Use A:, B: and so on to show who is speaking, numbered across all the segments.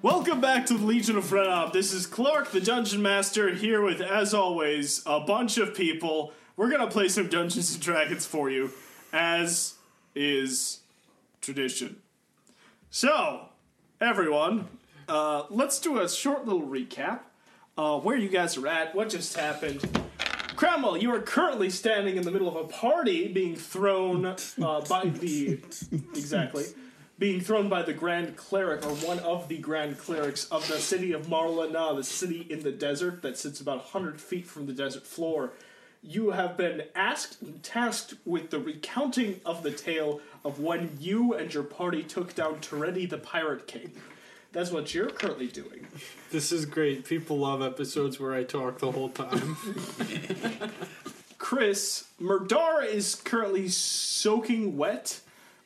A: Welcome back to the Legion of Frenob. This is Clark, the Dungeon Master, here with, as always, a bunch of people. We're gonna play some Dungeons and Dragons for you, as is tradition. So, everyone, uh, let's do a short little recap. Uh, where you guys are at, what just happened. Cromwell, you are currently standing in the middle of a party being thrown uh, by the. Exactly. Being thrown by the Grand Cleric, or one of the Grand Clerics of the city of Marlana, the city in the desert that sits about 100 feet from the desert floor. You have been asked and tasked with the recounting of the tale of when you and your party took down Toretti the Pirate King. That's what you're currently doing.
B: This is great. People love episodes where I talk the whole time.
A: Chris, Murdar is currently soaking wet,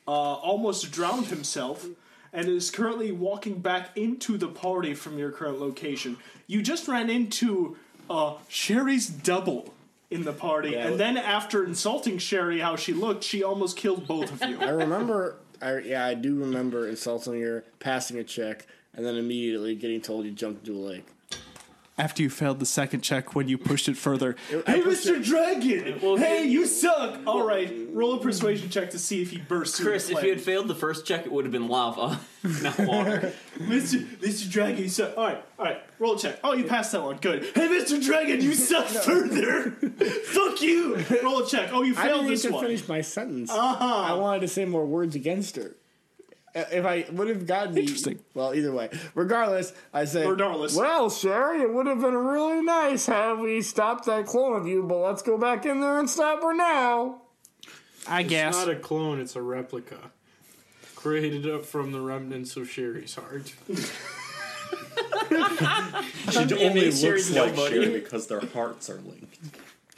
A: uh, almost drowned himself, and is currently walking back into the party from your current location. You just ran into uh, Sherry's double in the party, and then after insulting Sherry how she looked, she almost killed both of you.
C: I remember. I, yeah, I do remember insulting her, passing a check, and then immediately getting told you jumped into a lake.
D: After you failed the second check when you pushed it further,
A: Hey, Mr. Dragon! hey, you suck! Alright, roll a persuasion check to see if he bursts through
E: Chris,
A: the
E: if
A: flame.
E: you had failed the first check, it would have been lava, not water.
A: Mr. Mr. Dragon, you suck. All right, all right. Roll check. Oh, you passed that one. Good. Hey, Mr. Dragon, you suck further. Fuck you. Roll check. Oh, you
C: I
A: failed
C: didn't
A: this
C: even
A: one.
C: finish my sentence. I
F: Uh-huh.
C: wanted to say more words against her. Uh, If I would have gotten the-
D: Interesting.
C: well, either way, regardless, I say
A: Regardless.
C: Well, Sherry, it would have been really nice had we stopped that clone of you, but let's go back in there and stop her now.
D: I guess.
B: It's not a clone, it's a replica. Created up from the remnants of Sherry's heart.
F: It
E: only
F: only
E: looks
F: looks
E: like
F: like
E: nobody.
F: Sherry because their hearts are linked.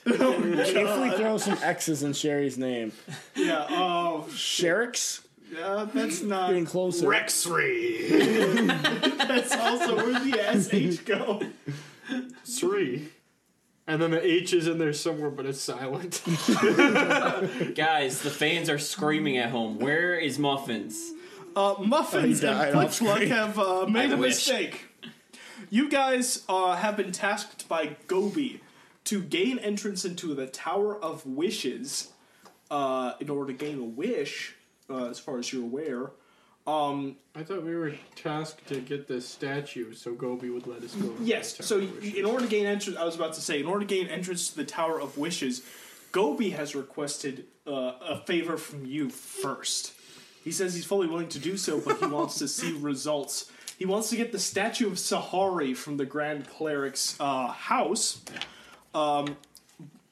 C: If
F: Uh,
C: we throw some X's in Sherry's name,
A: Yeah. Oh,
C: Sherrix,
A: uh, that's not.
C: getting closer.
B: X-ray!
A: That's also where the sh go.
B: Three. And then the H is in there somewhere, but it's silent.
E: Guys, the fans are screaming at home. Where is Muffins?
A: Uh, muffins
C: I
A: and
C: died off
A: Punchluck have uh, made a
E: wish.
A: mistake. You guys uh, have been tasked by Gobi to gain entrance into the Tower of Wishes. Uh, in order to gain a wish, uh, as far as you're aware,
B: I thought we were tasked to get this statue so Gobi would let us go. into
A: Yes.
B: the
A: So
B: tower.
A: y- in order to gain entrance, I was about to say, in order to gain entrance to the Tower of Wishes, Gobi has requested uh, a favor from you first. He says he's fully willing to do so, but he wants to see results. He wants to get the statue of Sahari from the Grand Cleric's uh, house. Um,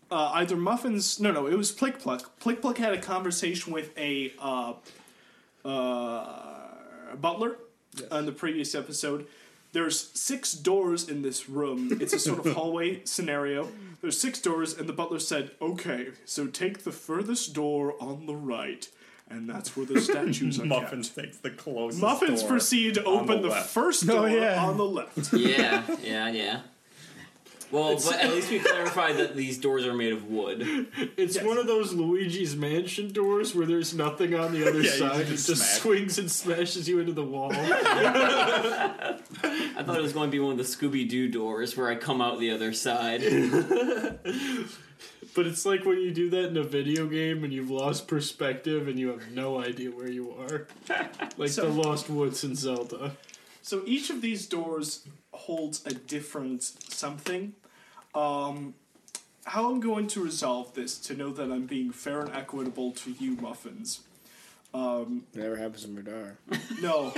A: uh, either Muffins, no, no, it was Plick Pluck. Plick Pluck had a conversation with a uh, uh, butler on the previous episode. There's six doors in this room. It's a sort of hallway scenario. There's six doors, and the butler said, "Okay, so take the furthest door on the right, and that's where the statues are
F: Muffins
A: kept."
F: takes the closest.
A: Muffins
F: door
A: proceed to
F: on
A: open the,
F: left.
A: first door
C: yeah.
A: on the left.
E: Yeah, yeah, yeah. Well, but at least we clarified that these doors are made of wood.
B: It's
A: Yes.
B: one of those Luigi's Mansion doors where there's nothing on the other
F: Yeah, you
B: side. It
F: just
B: just
F: smack.
B: swings and smashes you into the wall.
E: I thought it was going to be one of the Scooby Doo doors where I come out the other side.
B: But it's like when you do that in a video game and you've lost perspective and you have no idea where you are. Like
A: So-
B: the Lost Woods in Zelda.
A: So each of these doors holds a different something. Um, how I'm going to resolve this to know that I'm being fair and equitable to you, Muffins.
C: Never happens in Radar.
A: No.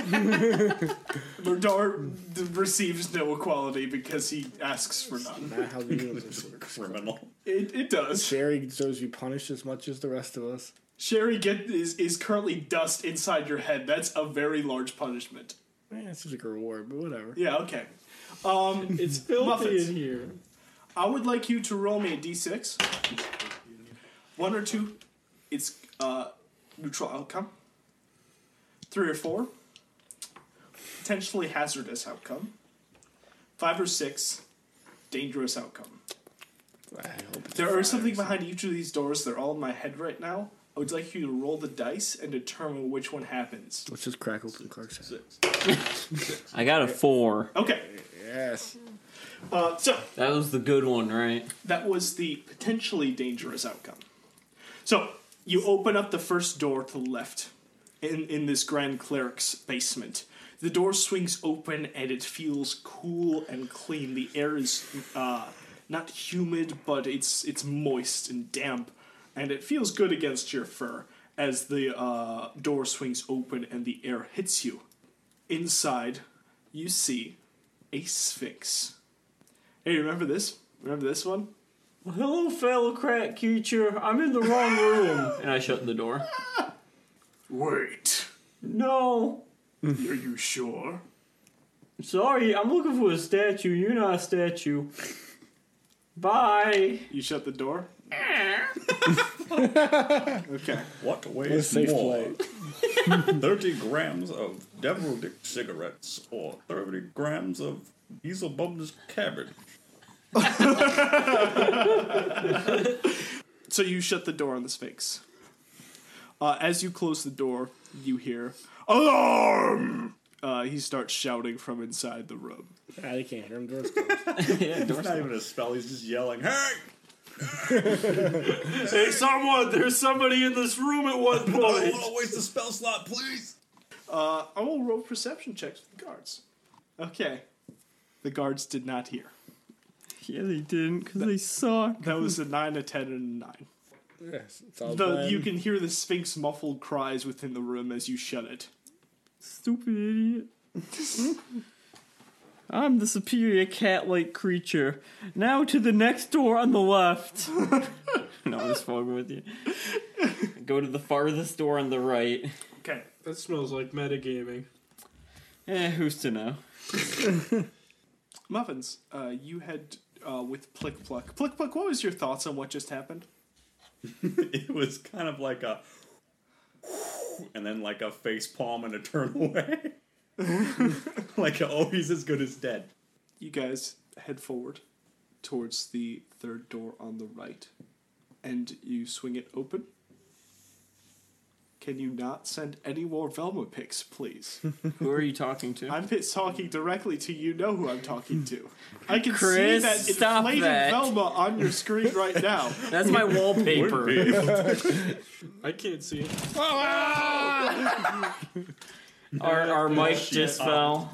A: Murdar d- receives no equality because he asks for none.
C: Not how the universe works.
F: Criminal.
A: It, it does.
C: Sherry deserves to be punished as much as the rest of us.
A: Sherry get, is, is currently dust inside your head. That's a very large punishment.
C: Man, it's just like a reward, but whatever.
A: Yeah, okay.
B: It's filthy
A: Muffins.
B: in here.
A: I would like you to roll me a d6. One or two, it's uh, neutral outcome. Three or four, potentially hazardous outcome. Five or six, dangerous outcome.
C: I hope it's
A: There are something behind each of these doors. They're all in my head right now. I would like you to roll the dice and determine which one happens.
C: Let's just crack open Clark's head.
E: I got a four.
A: Okay,
C: Yes.
A: uh, so
E: That was the good one, right?
A: that was the potentially dangerous outcome. So you open up the first door to the left in, in this Grand Cleric's basement. The door swings open and it feels cool and clean. The air is uh, not humid, but it's it's moist and damp, and it feels good against your fur as the uh, door swings open and the air hits you. Inside, you see a sphinx. Hey, remember this? Remember this one?
E: Hello, fellow crack creature. I'm in the wrong room. and I shut the door.
A: Wait,
E: No.
A: are you sure?
E: Sorry, I'm looking for a statue. You're not a statue. Bye.
A: You shut the door? okay.
F: What weighs
C: safe
F: more? 30 grams of Devil Dick cigarettes or 30 grams of Beelzebub's cabbage?
A: So you shut the door on the sphinx. Uh, as you close the door, you hear, Alarm! Uh, he starts shouting from inside the room.
C: Ah, they can't hear him. Doors
E: Yeah,
F: It's not even a spell, he's just yelling, Hey!
E: Hey, someone! There's somebody in this room at one
F: I don't want to waste the spell slot, please!
A: Uh, I will roll perception checks with the guards. Okay. The guards did not hear.
D: Yeah, they didn't because they suck.
A: That was a 9, a 10, and a 9.
C: yes, it's all
A: Though
C: planned.
A: you can hear the sphinx muffled cries within the room as you shut it.
D: Stupid idiot. I'm the superior cat like creature. Now to the next door on the left.
E: No, I'm just fucking with you. Go to the farthest door on the right.
A: Okay.
B: That smells like metagaming.
E: Eh, who's to know?
A: Muffins, uh, you had uh, with Plick Pluck. Plick Pluck, what was your thoughts on what just happened?
F: It was kind of like a. And then like a face palm and a turn away. like, oh, he's as good as dead.
A: You guys head forward towards the third door on the right, and you swing it open. Can you not send any more Velma pics, please?
E: Who are you talking to?
A: I'm p- talking directly to you. Know who I'm talking to? I can
E: Chris,
A: see that
E: stop
A: inflated
E: that.
A: Velma on your screen right now.
E: That's my wallpaper.
B: I can't see it.
E: Our, our mic just fell,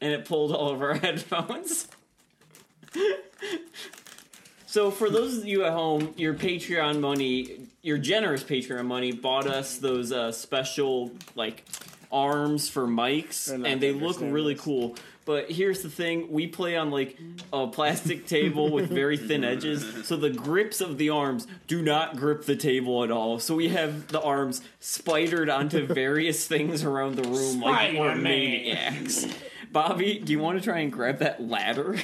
E: and it pulled all of our headphones. so, for those of you at home, your Patreon money, your generous Patreon money, bought us those uh, special like arms for mics,
C: not
E: and they look
C: understand
E: really
C: this.
E: cool. But here's the thing: we play on like a plastic table with very thin edges, so the grips of the arms do not grip the table at all. So we have the arms spidered onto various things around the room, like we're maniacs. Bobby, do you want to try and grab that ladder?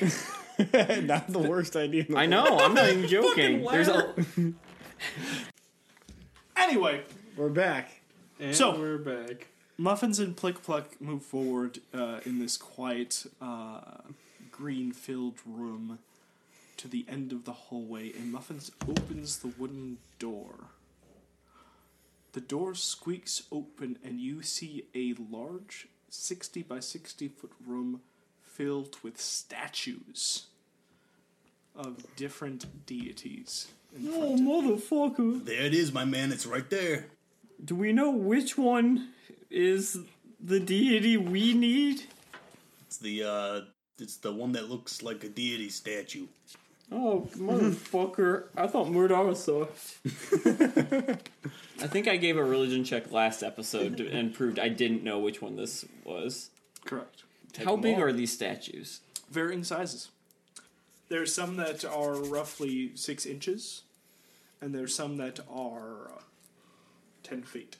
C: not the worst idea. In the
E: I know, I'm not even joking. There's a
A: Anyway,
C: We're back.
B: And
A: So-
B: we're back.
A: Muffins and Plick Pluck move forward uh, in this quiet, uh, green filled room to the end of the hallway, and Muffins opens the wooden door. The door squeaks open, and you see a large 60 by 60 foot room filled with statues of different deities. in front
D: Oh,
A: of-
D: motherfucker.
F: There it is, my man, it's right there.
D: Do we know which one is the deity we need?
F: It's the uh it's the one that looks like a deity statue.
D: Oh, motherfucker. I thought Murdara saw.
E: I think I gave a religion check last episode and proved I didn't know which one this was.
A: Correct.
E: How big are these statues?
A: varying sizes. There are some that are roughly six inches, and there are some that are uh, ten feet.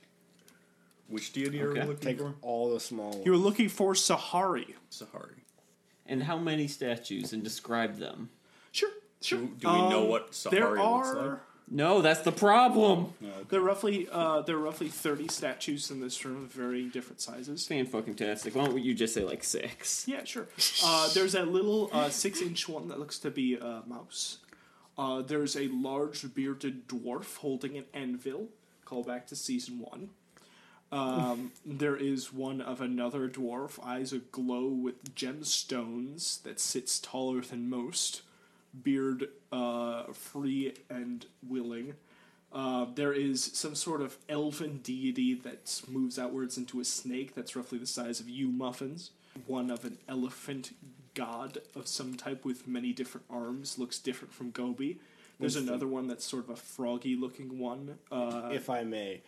F: Which deity
E: Okay.
F: are we looking
C: Take
F: for?
C: all the small ones.
A: You were looking for Sahari.
F: Sahari.
E: And how many statues and describe them?
A: Sure, sure. Um,
F: Do, do we know
G: Um,
F: what Sahari
A: there
F: looks
A: are
F: like?
E: No, that's the problem.
A: there are roughly uh, there are roughly thirty statues in this room of varying different sizes.
E: Fan fucking tastic. Why don't you just say like six?
A: Yeah, sure. Uh, there's that little uh, six-inch one that looks to be a mouse. Uh, there's a large bearded dwarf holding an anvil Call back to season one. Um, there is one of another dwarf, eyes aglow with gemstones, that sits taller than most, beard uh, free and willing. Uh, there is some sort of elven deity that moves outwards into a snake that's roughly the size of you muffins. One of an elephant god of some type with many different arms, looks different from Gobi. There's another one that's sort of a froggy looking one. Uh,
H: if I may,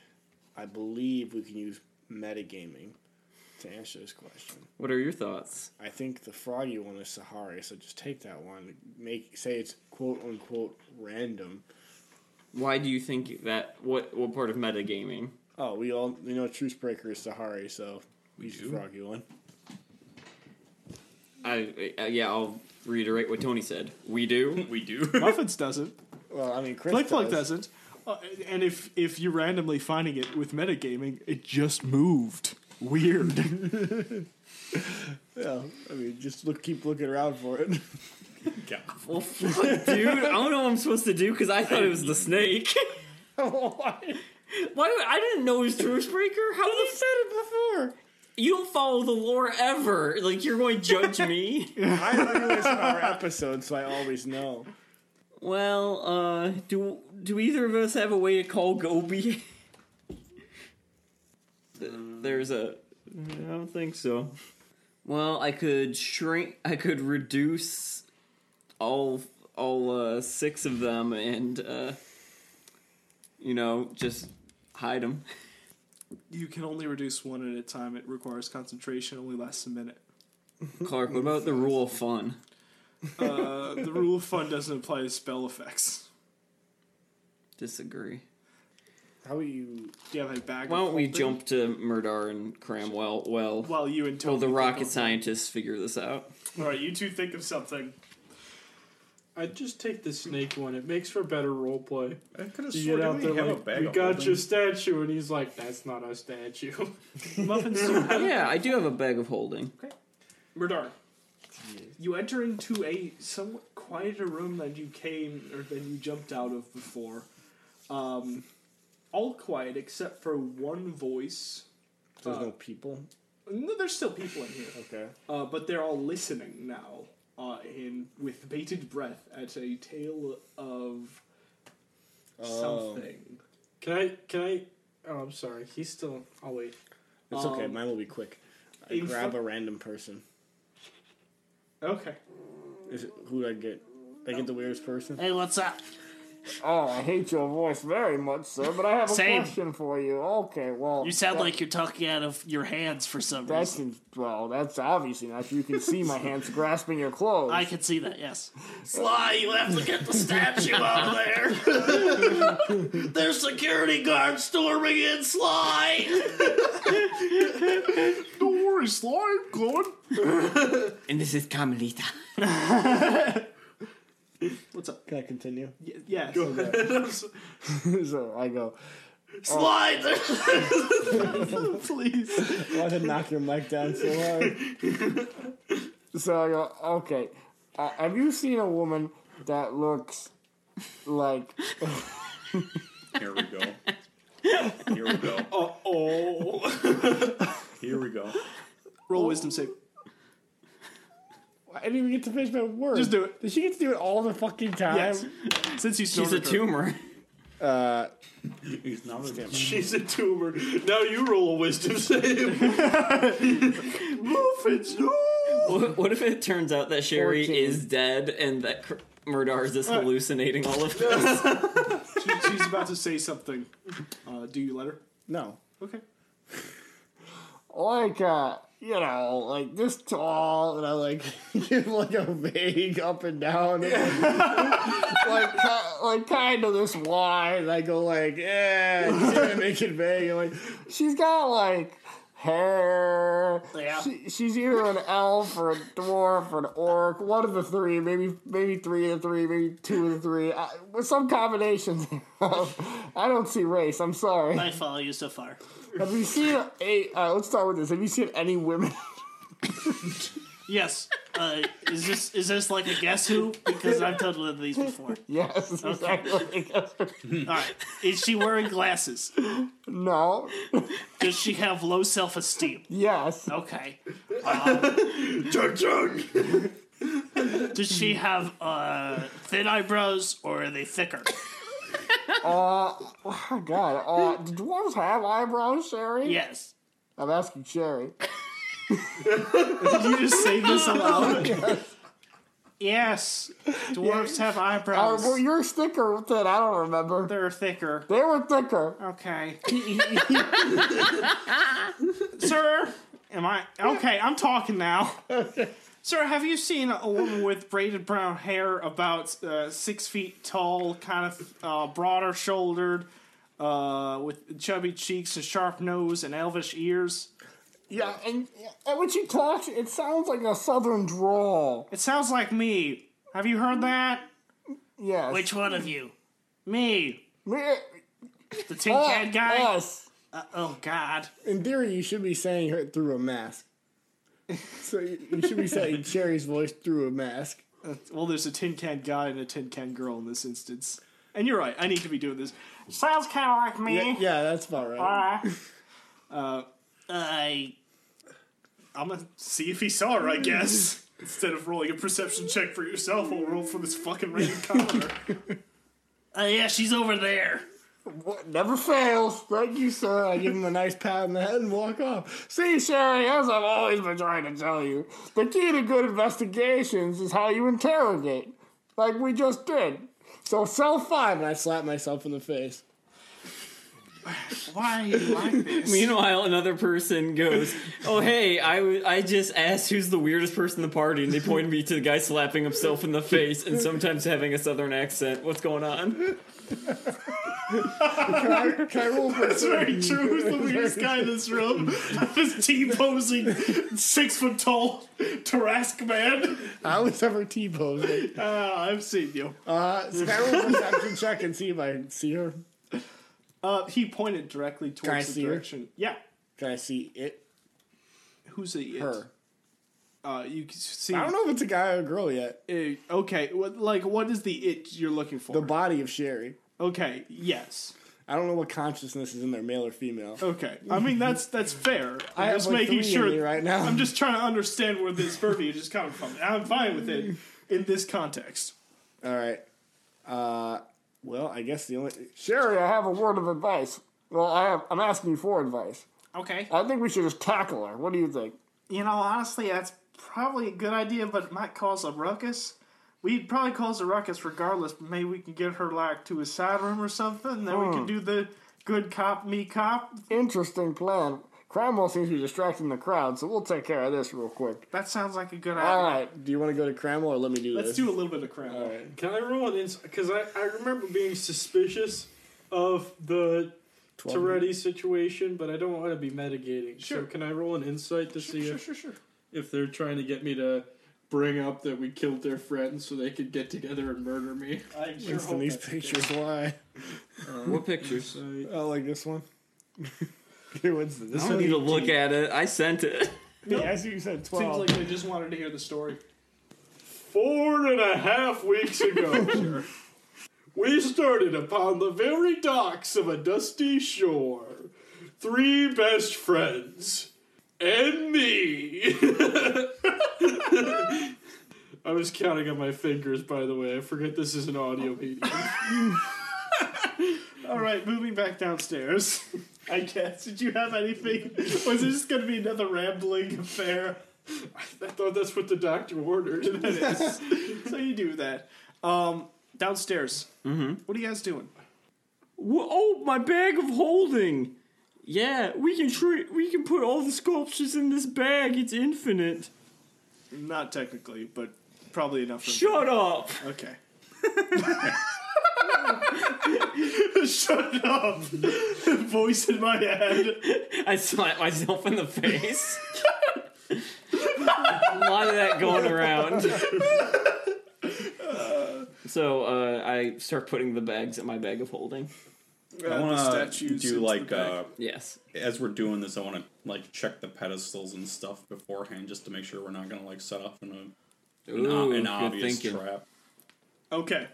H: I believe we can use metagaming to answer this question.
E: What are your thoughts?
H: I think the froggy one is Sahari, so just take that one. Make say it's quote unquote random.
E: Why do you think that? What what part of metagaming?
H: Oh, we all we know Truce Breaker is Sahari, so we use the froggy one.
E: I uh, yeah, I'll reiterate what Tony said. We do.
F: We do.
A: Muffins doesn't.
H: Well, I mean, Chris
A: Flick Flick
H: does.
A: doesn't. Uh, and if if you're randomly finding it with metagaming, it just moved. Weird.
H: Yeah, I mean, just look, keep looking around for it.
F: God.
E: Well, fuck, dude. I don't know what I'm supposed to do because I thought it was the snake. Why? would- I didn't know it was Truce Breaker. How the said it before? You don't follow the lore ever. Like you're going to judge me.
H: I know you listen to our episodes, so I always know.
E: well, uh, do do either of us have a way to call Gobi? Th- There's a. I don't think so. Well, I could shrink. I could reduce all all uh, six of them, and uh, you know, just hide them.
A: you can only reduce one at a time. It requires concentration. Only lasts a minute.
E: Clark, what about the rule of fun?
A: Uh, the rule of fun doesn't apply to spell effects.
E: Disagree.
H: How are you?
A: Do you have a bag?
E: Why
A: of
E: don't we
A: holding?
E: jump to Murdar and Cramwell? Well,
A: While you and Tony.
E: well, the
A: think
E: rocket
A: of-
E: scientists figure this out.
A: All right, you two think of something.
B: I'd just take the snake one. It makes for better role play.
F: I could have
B: You
F: sworn
B: get out
F: we
B: there
F: have a
B: like,
F: bag
B: we
F: of
B: got
F: holding.
B: your statue, and he's like, that's not a statue.
A: Muffins. do-
E: yeah, I do have a bag of holding.
A: Murdar. You enter into a somewhat quieter room than you came or than you jumped out of before. Um, all quiet except for one voice.
H: There's no people.
A: No, there's still people in here,
H: Okay.
A: uh, but they're all listening now, uh, in with bated breath at a tale of
B: Oh.
A: something.
B: can I? Can I? Oh, I'm sorry. He's still. I'll wait.
H: It's okay.
A: Um,
H: Mine will be quick. I
A: in
H: grab
A: fr-
H: a random person.
A: Okay.
H: Is it, who do I get? I get the weirdest person.
G: Hey, what's up?
C: Oh, I hate your voice very much, sir, but I have a
G: Same.
C: question for you. Okay, well.
G: You sound
C: that-
G: like you're talking out of your hands for some
C: That's
G: reason.
C: well. That's obviously not. You can see my hands grasping your clothes.
G: I can see that, yes. Sly, you have to get the statue out of there. There's security guards storming in, Sly.
A: Don't worry, Sly. Good.
E: And this is Carmelita.
A: What's up?
H: Can I continue?
A: Y- yes.
H: so I go.
G: Sly, there's-
A: Please.
H: Why did knock your mic down so hard?
C: So I go. Okay. Uh, have you seen a woman that looks like?
F: Here we go. Here we go.
A: Uh oh.
F: Here we go.
A: Roll wisdom save.
H: I didn't even get to finish my word.
A: Just do it.
H: Did she get to do it all the fucking time?
A: Yes. Since you
E: She's a
A: snorted her.
E: tumor.
H: Uh,
F: He's not a
B: She's a tumor. Now you roll a wisdom save.
E: What, what if it turns out that Sherry
C: 14.
E: is dead and that Cr- Murdar is just hallucinating all of this?
A: She- she's about to say something. Uh, do you let her?
H: no.
A: Okay.
C: like uh you know like this tall and i like give like a vague up and down and, like, like ki- like kind of this wide and i go like yeah just trying to make it vague and like she's got like hair
G: Yeah.
C: she, she's either an elf or a dwarf or an orc one of the three maybe maybe three of the three maybe two of the three I, with some combination of, i don't see race i'm sorry
G: I follow you so far.
C: have you seen a? Uh, let's start with this. Have you seen any women?
G: Yes. Uh, is this is this like a guess who? Because I've told one of these before.
C: Yes, exactly.
G: All right. Is she wearing glasses?
C: no.
G: Does she have low self esteem?
C: Yes.
G: Okay. Um, Does she have uh, thin eyebrows or are they thicker?
C: Uh, oh God. Uh, do dwarves have eyebrows, Sherry?
G: Yes.
C: I'm asking Sherry. Uh,
A: You just say this aloud.
G: Yes. Dwarves have
C: Uh,
G: eyebrows.
C: well, you're thicker with it. I don't remember.
G: They're Oh. thicker.
C: They were thicker.
G: Okay. Sir, am I okay? I'm talking now. Sir, have you seen a woman with braided brown hair, about uh, six feet tall, kind of uh, broader shouldered, uh, with chubby cheeks, a sharp nose, and elvish ears?
C: Yeah, Uh, and, and when she talks, it sounds like a southern drawl.
G: It sounds like me. Have you heard that?
C: Yes.
G: one of you? Me,
C: Me-
G: the tin
C: oh,
G: can guy.
C: Yes.
G: Uh, oh God.
H: In theory, you should be saying it through a mask. So you you should be saying Sherry's voice through a mask.
A: Well, there's a tin can guy and a tin can girl in this instance. And you're right, I need to be doing this.
G: Sounds kind of like me.
H: Yeah, yeah, that's about right.
G: Uh,
A: I'm gonna see if he saw her, I guess. Instead of rolling a perception check for yourself, I'll roll for this fucking random commoner. Oh,
G: uh, yeah, she's over there.
C: What- Never fails. Thank you, sir. I give him a nice pat on the head and walk off. See, Sherry, as I've always been trying to tell you, the key to good investigations is how you interrogate, like we just did. So self five, and I slap myself in the face.
G: Why are you like this?
E: Meanwhile, another person goes, "Oh hey, I, w- I just asked who's the weirdest person in the party, and they pointed me to the guy slapping himself in the face and sometimes having a southern accent. What's going on?"
H: Can I, can I roll for
A: That's very true. Who's the weirdest guy in this room? this T-posing, six foot tall Tarask man.
H: I was ever T-posing.
A: Ah, I've seen you.
H: Uh, so can I roll a perception check and see if I see her?
A: Uh, he pointed directly
H: I
A: towards the
H: see her?
A: direction. Yeah.
H: Can I see it?
A: Who's the it?
H: Her.
A: Uh, you can see.
H: I don't know if it's a guy or a girl yet.
A: Uh, okay, what, like what is the it you're looking for?
H: The body of Sherry.
A: okay, yes.
H: I don't know what consciousness is in there, male or female.
A: Okay, I mean that's that's fair. I'm
H: I have,
A: just
H: like,
A: making
H: three in
A: sure.
H: me right now.
A: I'm just trying to understand where this verbiage is coming from. And I'm fine with it in this context.
H: All right. Uh, well, I guess the only
C: Sherry, I have a word of advice. Well, I have, I'm asking you for advice.
G: Okay.
C: I think we should just tackle her. What do you think?
G: You know, honestly, that's probably a good idea, but it might cause a ruckus. We'd probably cause a ruckus regardless, but maybe we can get her, like, to a side room or something, and then we
A: Hmm.
G: can do the good cop, me cop.
C: Interesting plan. Cramwell seems to be distracting the crowd, so we'll take care of this real quick.
G: That sounds like a good
C: All
G: idea.
C: right.
H: do you want to go to Cramwell or let me do
A: Let's
H: this?
A: do a little bit of crown.
B: Can I roll an insight? Because I, I remember being suspicious of the Toretti situation, but I don't want to be mitigating.
A: Sure.
B: So can I roll an insight to see
A: Sure,
B: if,
A: sure, sure.
B: if they're trying to get me to bring up that we killed their friends so they could get together and murder me?
A: I sure
H: Links in
A: hope
H: these
A: that's the case.
H: pictures lie.
E: What pictures?
B: Insight.
H: Oh, like this one. Here, what's the- this
E: I don't
H: one?
E: need to look at it. I sent it.
H: Yeah, I see you said
A: Seems
H: twelve.
A: like they just wanted to hear the story.
B: Four and a half weeks ago, sir, we started upon the very docks of a dusty shore. Three best friends. And me. I was counting on my fingers, by the way. I forget this is an audio medium.
A: All right, moving back downstairs. I guess. Did you have anything? Was it just going to be another rambling affair?
B: I thought that's what the doctor ordered.
A: That is. so you do that. Um, downstairs. Mm-hmm. What are you guys doing?
E: Wha- Oh, my bag of holding. Yeah, we can tr- we can put all the sculptures in this bag. It's infinite.
A: Not technically, but probably enough. For
E: Shut up.
A: Okay. Shut up! Voice in my head.
E: I slapped myself in the face. A lot of that going around. So uh, I start putting the bags in my bag of holding.
F: I want to
A: statues into
F: do
A: the
F: like
A: back.
F: uh,
E: Yes.
F: as we're doing this. I want to like check the pedestals and stuff beforehand just to make sure we're not gonna like set up in a an, o-
E: Ooh,
F: an
E: good
F: obvious
E: thinking.
F: trap.
A: Okay.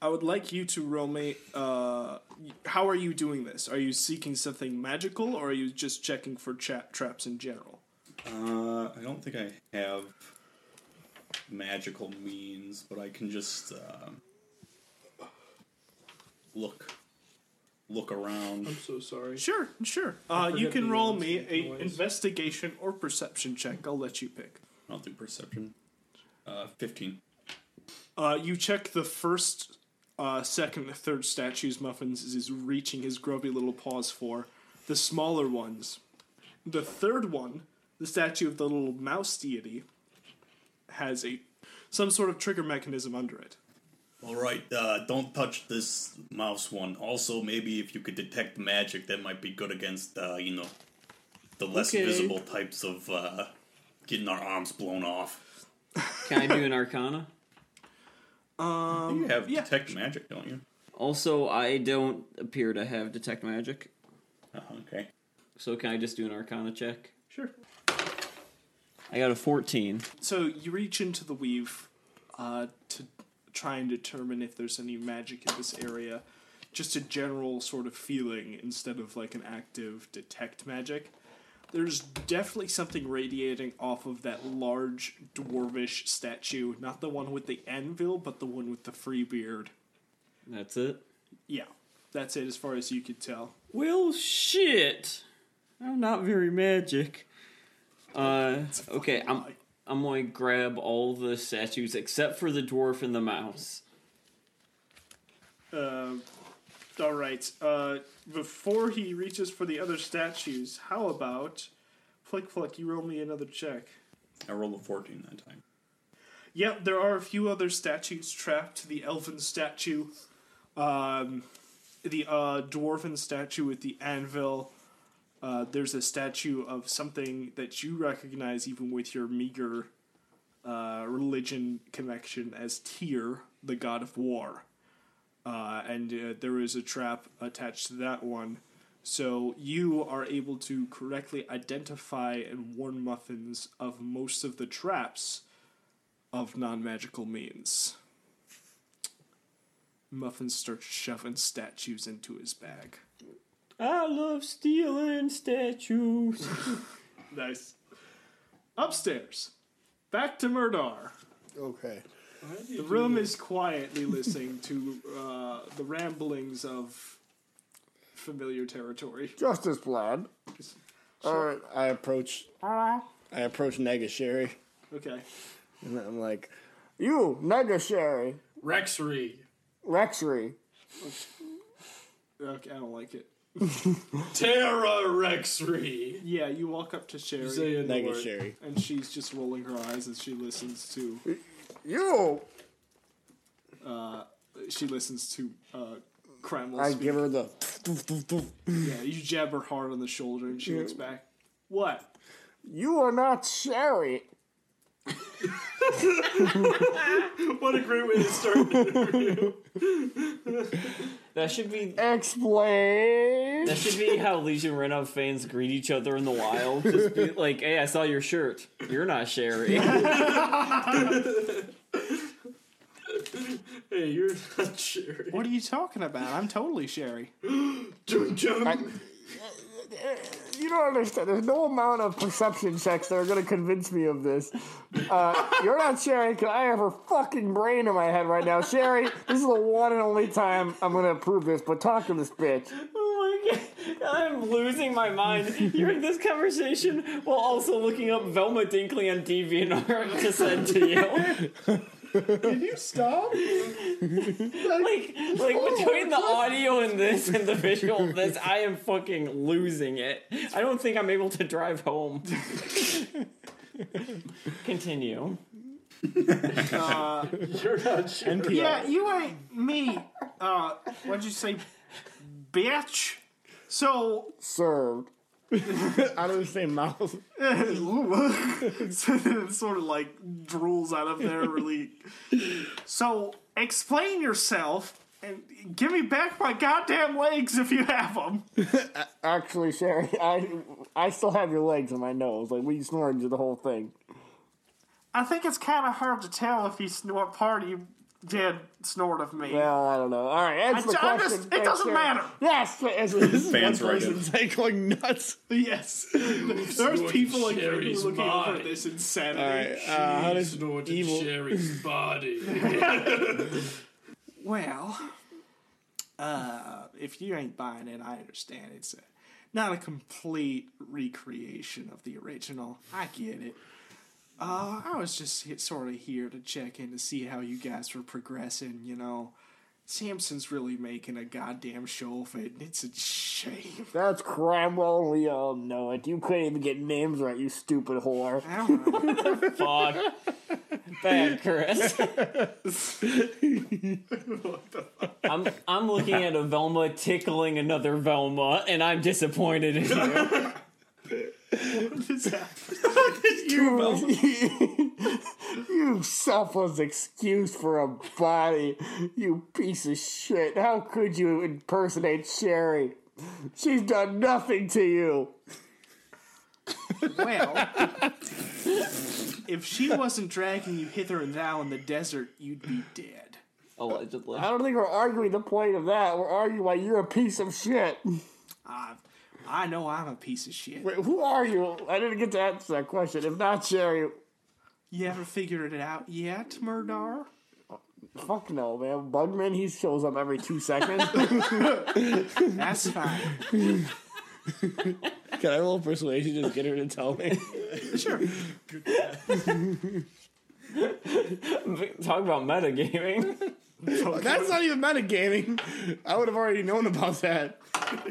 A: I would like you to roll me. Uh, how are you doing this? Are you seeking something magical, or are you just checking for cha- traps in general?
F: Uh, I don't think I have magical means, but I can just uh, look look around.
B: I'm so sorry.
A: Sure, sure. Uh, you
B: forget
A: can
B: the
A: roll
B: ones
A: me
B: with
A: a
B: noise.
A: investigation or perception check. I'll let you pick.
F: I'll do perception. Uh, Fifteen.
A: Uh, you check the first, uh, second, and third statues Muffins is reaching his grubby little paws for. The smaller ones. The third one, the statue of the little mouse deity, has a some sort of trigger mechanism under it.
F: All right, uh, don't touch this mouse one. Also, maybe if you could detect magic, that might be good against, uh, you know, the less
E: Okay.
F: visible types of uh, getting our arms blown off.
E: Can I do an arcana?
F: you have
A: yeah.
F: detect magic, don't you?
E: Also, I don't appear to have detect magic,
F: Uh, okay.
E: so can I just do an arcana check?
A: Sure.
E: I got a 14.
A: So you reach into the weave uh, to try and determine if there's any magic in this area. Just a general sort of feeling instead of like an active detect magic. There's definitely something radiating off of that large dwarvish statue, not the one with the anvil, but the one with the free beard.
E: That's it.
A: Yeah, that's it as far as you could tell.
E: Well, shit. I'm not very magic. Uh, okay, I'm
A: lie.
E: I'm going to grab all the statues except for the dwarf and the mouse.
A: Uh, all right. Uh, before he reaches for the other statues, how about Flick Flick? You roll me another check.
F: I rolled a 14 that time.
A: Yep, there are a few other statues trapped. The elfin statue, um, the uh, dwarven statue with the anvil. Uh, there's a statue of something that you recognize, even with your meager uh, religion connection, as Tyr, the god of war. Uh, and uh, there is a trap attached to that one. So you are able to correctly identify and warn muffins of most of the traps of non magical means. Muffin starts shoving statues into his bag.
E: I love stealing statues.
A: Nice. Upstairs. Back to Murdar.
H: Okay.
A: The room is quietly listening to uh, the ramblings of familiar territory.
H: Justice plan. All right. I approach. I approach Negasheri,
A: Okay.
H: and I'm like, "You, Negasheri,
B: Rexery.
H: Rexery."
A: Okay, I don't like it.
B: Terra Rexery.
A: Yeah, you walk up to Sherry,
B: Say it, Lord.
H: Negasheri.
A: and she's just rolling her eyes as she listens to
H: You.
A: she listens to uh, Kremlin.
H: I
A: speak.
H: give her the.
A: Yeah, you jab her hard on the shoulder, and she looks back. What?
H: You are not Sherry.
B: What a great way to start.
E: That should be
H: Explain.
E: that should be how Legion Renov fans greet each other in the wild. Just be like, "Hey, I saw your shirt. You're not Sherry."
B: hey, you're not Sherry.
A: What are you talking about? I'm totally Sherry.
B: Jump, jump.
H: You don't understand. There's no amount of perception checks that are going to convince me of this. Uh, you're not Sherry, 'cause I have her fucking brain in my head right now. Sherry, this is the one and only time I'm going to approve this, but talk to this bitch.
E: Oh my god, I'm losing my mind. You're in this conversation while also looking up Velma Dinkley on DeviantArt to send to you. Can you stop? like, like between the audio and this and the visual of this, I am fucking losing it. I don't think I'm able to drive home. Continue.
B: You're not Sherry.
A: Yeah, you ain't me. Uh, what'd you say, bitch? So,
H: Served.
C: Out of the same mouth.
A: so then it sort of like drools out of there. Really. So explain yourself. And give me back my goddamn legs if you have them.
H: Actually, Sherry, I I still have your legs in my nose. Like we snored you the whole thing.
A: I think it's kind of hard to tell if you snort, what part you did snort of me.
H: Well, I don't know. All right, answer the
A: So I'm
H: question.
A: just- it
H: Thanks,
A: doesn't
H: Sherry.
A: matter.
H: Yes, answer this.
F: Fans right in.
C: It's like going nuts.
A: Yes, there's people like you
B: Sherry's
A: looking over
B: mind.
A: this
C: All
A: insanity.
C: right, uh, how does
B: Snorted
C: evil-
B: Sherry's body.
A: Well, uh, if you ain't buying it, I understand it's a, not a complete recreation of the original. I get it. Uh, I was just sort of here to check in to see how you guys were progressing. You know, Samson's really making a goddamn show of it, and it's a shame.
H: That's Cromwell. We all know it. You couldn't even get names right, you stupid whore.
A: I don't know.
E: Fuck. Bad, Chris. I'm I'm looking at a Velma tickling another Velma, and I'm disappointed in you.
H: you selfless excuse for a body. You piece of shit. How could you impersonate Sherry? She's done nothing to you.
A: Well, if she wasn't dragging you hither and thou in the desert, you'd be dead.
E: Allegedly.
H: I don't think we're arguing the point of that. We're arguing why you're a piece of shit.
A: I, I know I'm a piece of shit.
H: Wait, who are you? I didn't get to answer that question. If not Sherry,
A: You haven't figured it out yet, Murdar?
H: fuck no, man. Bugman, he shows up every two seconds.
A: That's fine.
C: Can I roll persuasion just get her to tell me?
E: Talk about metagaming.
C: That's not even metagaming. I would have already known about that.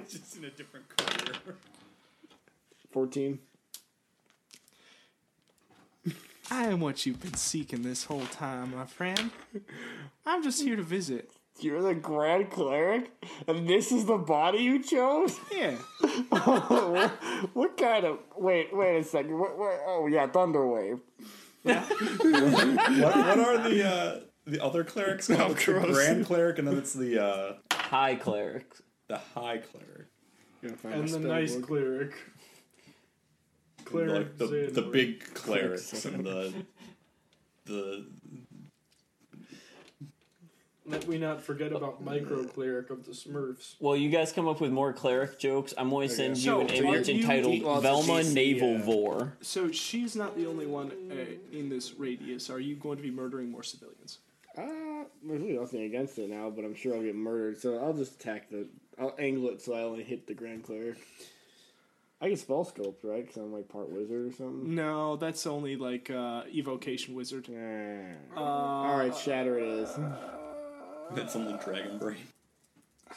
F: Just in a different career.
C: 14.
A: I am what you've been seeking this whole time, my friend. I'm just here to visit.
H: You're the Grand Cleric, and this is the body you chose.
A: Yeah.
H: what, what kind of? Wait, wait a second. What, what, oh yeah, Thunderwave.
F: What, what are the uh, the other clerics called? It's the
C: gross.
F: grand cleric, and then it's the uh,
E: High cleric.
F: the high cleric,
B: and the nice cleric.
F: And,
B: Cleric
F: like the the
B: Xandor.
F: big clerics and the the
B: Let we not forget about micro cleric of the Smurfs.
E: Well, you guys come up with more cleric jokes. I'm going to send you
A: So,
E: an
A: so
E: image
A: you're- you-
E: entitled
C: well, it's a
E: Velma
C: DC,
E: Naval
C: yeah.
E: Vor.
A: So she's not the only one uh, in this radius. Are you going to be murdering more civilians?
C: Uh, there's really nothing against it now, but I'm sure I'll get murdered, so I'll just attack the. I'll angle it so I only hit the Grand Cleric. I can spell sculpt, right? Because I'm like part wizard or something.
A: No, that's only like uh, evocation wizard.
C: Nah.
A: Uh,
C: Alright, shatter it is.
F: that's only dragon brain.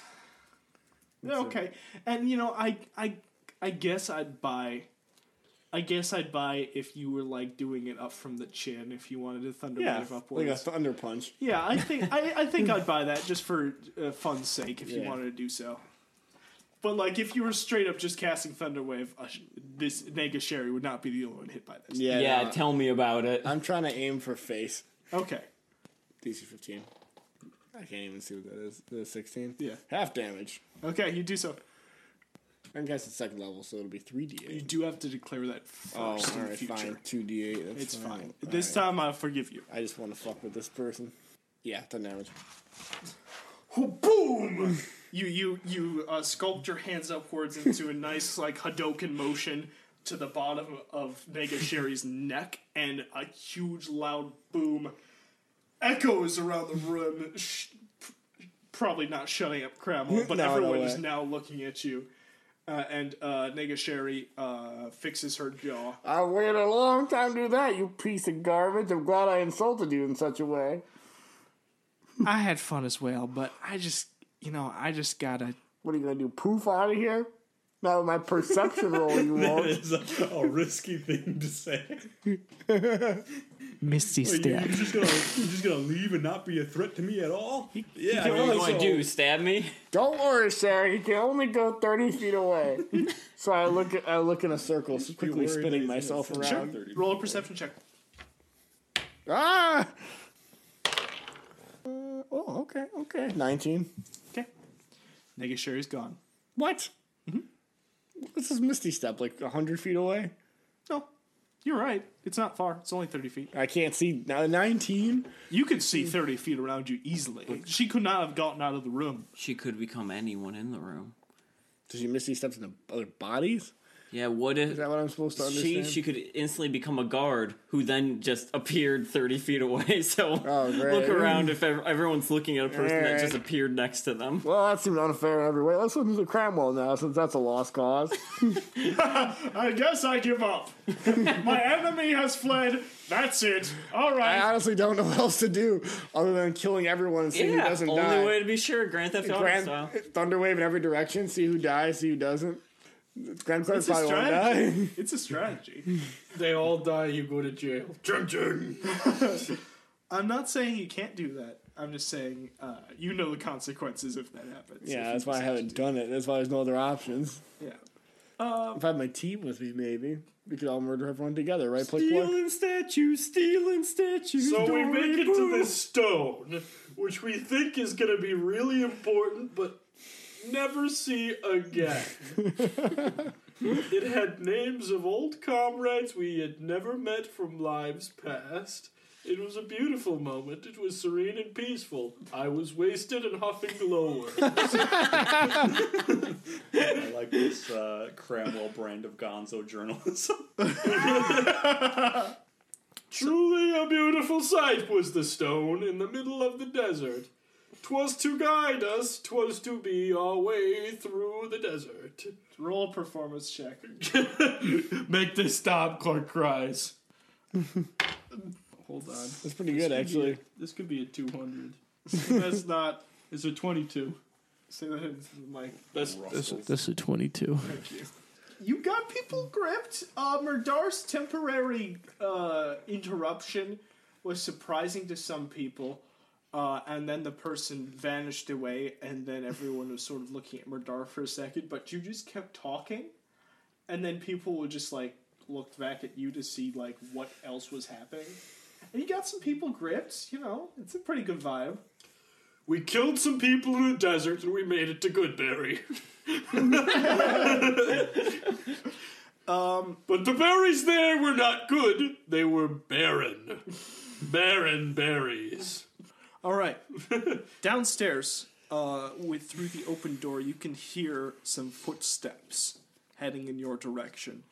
A: Okay, and you know, I, I, I guess I'd buy. I guess I'd buy if you were like doing it up from the chin, if you wanted to thunder wave upwards.
C: like a thunder punch.
A: Yeah, I think I, I think I'd buy that just for uh, fun's sake if you
C: Yeah.
A: wanted to do so. But like, if you were straight up just casting Thunderwave, uh, sh- this Nega Sherry would not be the only one hit by this.
C: Yeah,
E: Yeah,
C: no,
E: tell me about it.
C: I'm trying to aim for face.
A: Okay.
C: DC 15. I can't even see what that is. The 16?
A: Yeah.
C: Half damage.
A: Okay, you do so.
C: I'm guessing second level, so it'll be 3d8.
A: You do have to declare that first
C: Oh,
A: in the
C: alright,
A: future.
C: fine. 2d8. That's
A: It's fine.
C: All
A: this
C: right.
A: time I forgive you.
C: I just want to fuck with this person. Yeah, 10 damage.
A: Boom! You you you uh, sculpt your hands upwards into a nice like Hadoken motion to the bottom of Mega Sherry's neck, and a huge loud boom echoes around the room. Sh- probably not shutting up Cramel, but
C: No, no
A: everyone
C: way.
A: is now looking at you. Uh, and uh, Nega Sherry uh, fixes her jaw.
H: I waited a long time to do that. You piece of garbage. I'm glad I insulted you in such a way.
A: I had fun as well, but I just you know I just gotta
H: What are you gonna do? Poof out of here? Now my perception roll. You
F: That
H: won't.
F: is a, a risky thing to say.
A: misty
F: Wait, you- You're just gonna you're just gonna leave and not be a threat to me at all. Yeah,
E: What
F: I
E: are
F: mean,
E: you going to
F: so-
E: do? Stab me?
H: Don't worry, Sarah. You can only go thirty feet away.
C: So I look at, I look in a circle, so quickly
F: worried that
C: spinning
F: he's
C: myself
F: gonna
C: around.
F: Thirty.
A: Roll a perception check.
C: Ah! Uh, oh, Oh, okay, okay. 19.
A: Okay. Nigga Sherry's gone.
C: What? This is Misty Step, like 100 feet away.
A: No, you're right. It's not far. It's only 30 feet.
C: I can't see. Now, 19?
A: You could see 30 feet around you easily. She could not have gotten out of the room.
E: She could become anyone in the room.
C: Does she Misty Steps into other bodies?
E: Yeah, what if
C: Is that what I'm supposed to
E: she
C: understand?
E: she could instantly become a guard who then just appeared 30 feet away so
C: Oh, great.
E: look around if ev- everyone's looking at a person that
C: Alright.
E: just appeared next to them
C: well, that seemed unfair in every way. Let's look into Cramwell now, since that's a lost cause.
A: I guess I give up. My enemy has fled. That's it. All
C: I
A: right.
C: honestly don't know what else to do other than killing everyone and see who
E: yeah
C: doesn't
E: only
C: die.
E: way to be sure grand theft auto
C: Grand
E: style
C: Thunderwave in every direction, see who dies, see who doesn't. Grand Clark
A: It's a
C: probably won't die.
A: strategy. It's a strategy.
B: They all die, you go to jail. Dun, dun.
A: I'm not saying you can't do that. I'm just saying uh, you know the consequences if that happens. If
C: yeah,
A: you
C: that's why I
A: decide
C: haven't
A: to.
C: done it. That's why there's no other options.
A: Yeah.
C: If I had my team with me, maybe we could all murder everyone together, right? Play play.
E: stealing statues stealing statues
B: So we
E: don't
B: make it
E: boo.
B: to this stone, which we think is going to be really important, but never see again. it had names of old comrades we had never met from lives past. It was a beautiful moment. It was serene and peaceful. I was wasted and huffing glow.
F: I like this uh, Cramwell brand of gonzo journalism.
B: Truly a beautiful sight was the stone in the middle of the desert. 'Twas to guide us, 'twas to be our way through the desert.
A: Roll a performance check.
B: Make this stop, Clark cries.
A: Hold on.
C: That's pretty good, actually.
B: This could be a 200.
A: That's not.
B: It's a 22.
A: Say that into the mic.
B: That's
G: This, this is 22.
A: You got people gripped. Uh, Murdar's temporary uh, interruption was surprising to some people, uh, and then the person vanished away, and then everyone was sort of looking at Murdar for a second, but you just kept talking, and then people would just like looked back at you to see like what else was happening. And you got some people gripped, you know. It's a pretty good vibe.
B: we killed some people in the desert and we made it to Goodberry. um, but the berries there were not good. They were barren. barren berries.
A: All right. Downstairs, uh, with through the open door, you can hear some footsteps heading in your direction.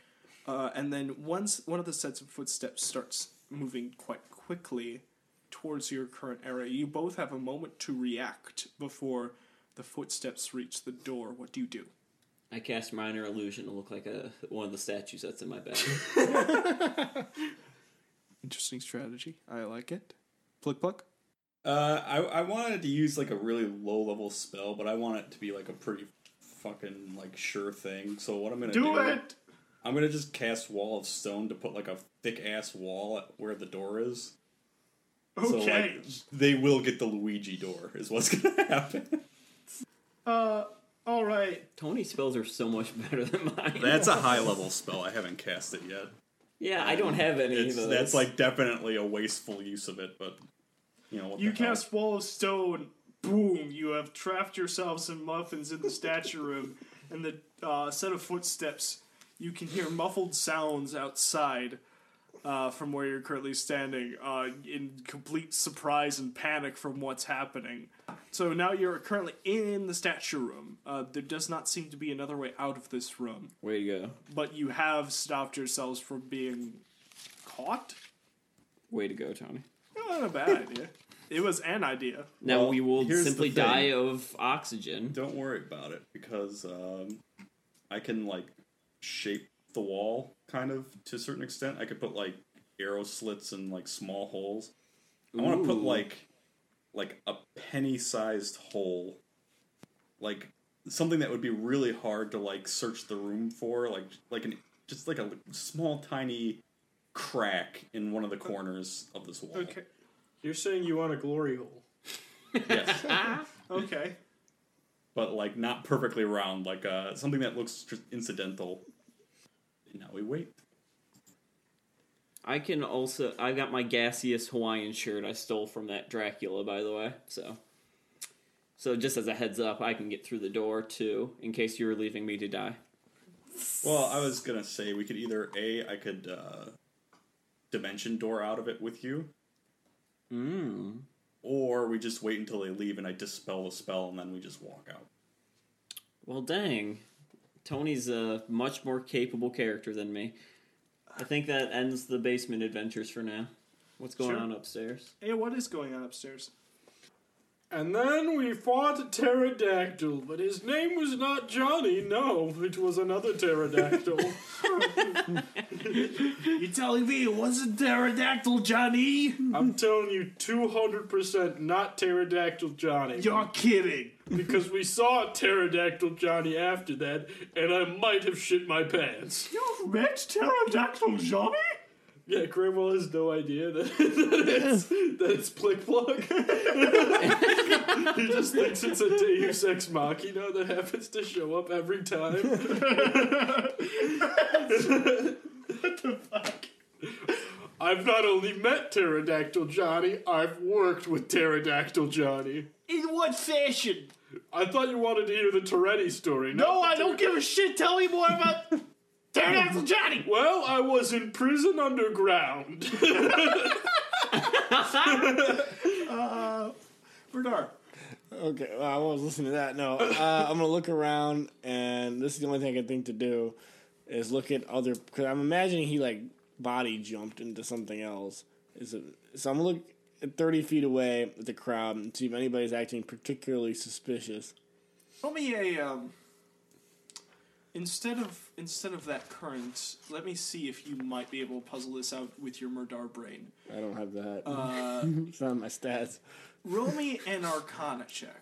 A: Uh, and then once one of the sets of footsteps starts moving quite quickly towards your current area, you both have a moment to react before the footsteps reach the door. What do you do?
E: i cast minor illusion to look like a one of the statues that's in my bag
A: Interesting strategy. I like it. Pluck pluck.
F: Uh, I, I wanted to use like a really low level spell, but I want it to be like a pretty fucking like sure thing. So what I'm gonna do, I'm gonna just cast Wall of Stone to put like a thick ass wall at where the door is. So
A: Okay.
F: like they will get the Luigi door is what's gonna happen.
A: uh, all right.
E: tony's spells are so much better than mine
F: That's a high level spell. I haven't cast it yet.
E: yeah i don't have any
F: It's,
E: of those
F: that's like definitely a wasteful use of it, but you know what
A: You
F: the hell.
A: cast Wall of Stone. Boom! You have trapped yourselves in muffins in the statue room, and the uh, set of footsteps. You can hear muffled sounds outside uh, from where you're currently standing, uh, in complete surprise and panic from what's happening. So now you're currently in the statue room. Uh, there does not seem to be another way out of this room,
E: way to go
A: but you have stopped yourselves from being caught.
E: way to go tony
A: Not a bad idea. It was an idea.
E: now
F: Well,
E: we will
F: here's the
E: simply
F: thing.
E: die of oxygen
F: Don't worry about it because um, I can like shape the wall kind of to a certain extent. I could put like arrow slits and like small holes. I want to put
E: Ooh.
F: like like a penny sized hole, like something that would be really hard to like search the room for, like like an just like a small tiny crack in one of the corners of this wall.
A: Okay.
B: You're saying you want a glory hole.
F: Yes.
A: Okay.
F: but like not perfectly round, like uh, something that looks just incidental. And now we wait.
E: I can also. I've got my gaseous Hawaiian shirt I stole from that Dracula, by the way. So So just as a heads up, I can get through the door too, in case you were leaving me to die.
F: Well, I was gonna say we could either a I could uh, dimension door out of it with you,
E: Hmm.
F: or we just wait until they leave and I dispel the spell and then we just walk out.
E: Well, dang. Tony's a much more capable character than me. I think that ends the basement adventures for now. What's going
A: Sure.
E: on upstairs?
A: Hey, what is going on upstairs?
B: And then we fought a pterodactyl, but his name was not Johnny, no, it was another pterodactyl.
A: You telling me it wasn't pterodactyl, Johnny?
B: I'm telling you 200% not pterodactyl Johnny.
A: You're kidding.
B: Because we saw pterodactyl Johnny after that, and I might have shit my pants.
A: You've met pterodactyl Johnny?
B: Yeah, Cramwell has no idea that, that it's, that it's Plick Plug. he just thinks it's a Deus Ex Machina that happens to show up every time. what the fuck? I've not only met Pterodactyl Johnny, I've worked with Pterodactyl Johnny.
A: In what fashion?
B: I thought you wanted to hear the Toretti story. not
A: No, I don't give a shit. Tell me more about pterodactyl Johnny.
B: Well, I was in prison underground.
A: Bernard.
C: Okay, well, I won't listen to that. No, uh, I'm gonna look around, and this is the only thing I can think to do is look at other. Because I'm imagining he like body jumped into something else. Is it, so I'm gonna look at 30 feet away at the crowd and see if anybody's acting particularly suspicious.
A: Let me a um. Instead of instead of that current, let me see if you might be able to puzzle this out with your Murdar brain.
C: I don't have that.
A: Uh,
C: it's not in my stats.
A: Roll me an Arcana check.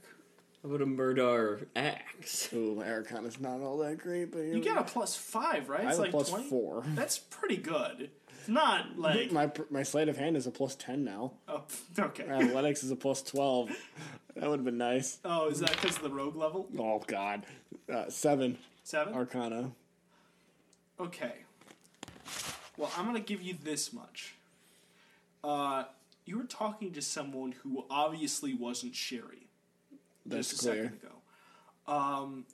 E: How about a murder axe?
C: Ooh, my Arcana's not all that great, but
A: You get a plus five, right?
C: I
A: It's
C: have
A: like
C: a plus
A: 20?
C: four.
A: That's pretty good. It's not like
C: My my sleight of hand is a plus ten now.
A: oh, okay.
C: Athletics is a plus twelve. That would have been nice.
A: Oh, is that because of the rogue level
C: Oh God, uh, seven
A: seven?
C: Arcana.
A: Okay. Well, I'm gonna give you this much. Uh, you were talking to someone who obviously wasn't Sherry
C: That's
A: just a
C: clear.
A: second ago. Um,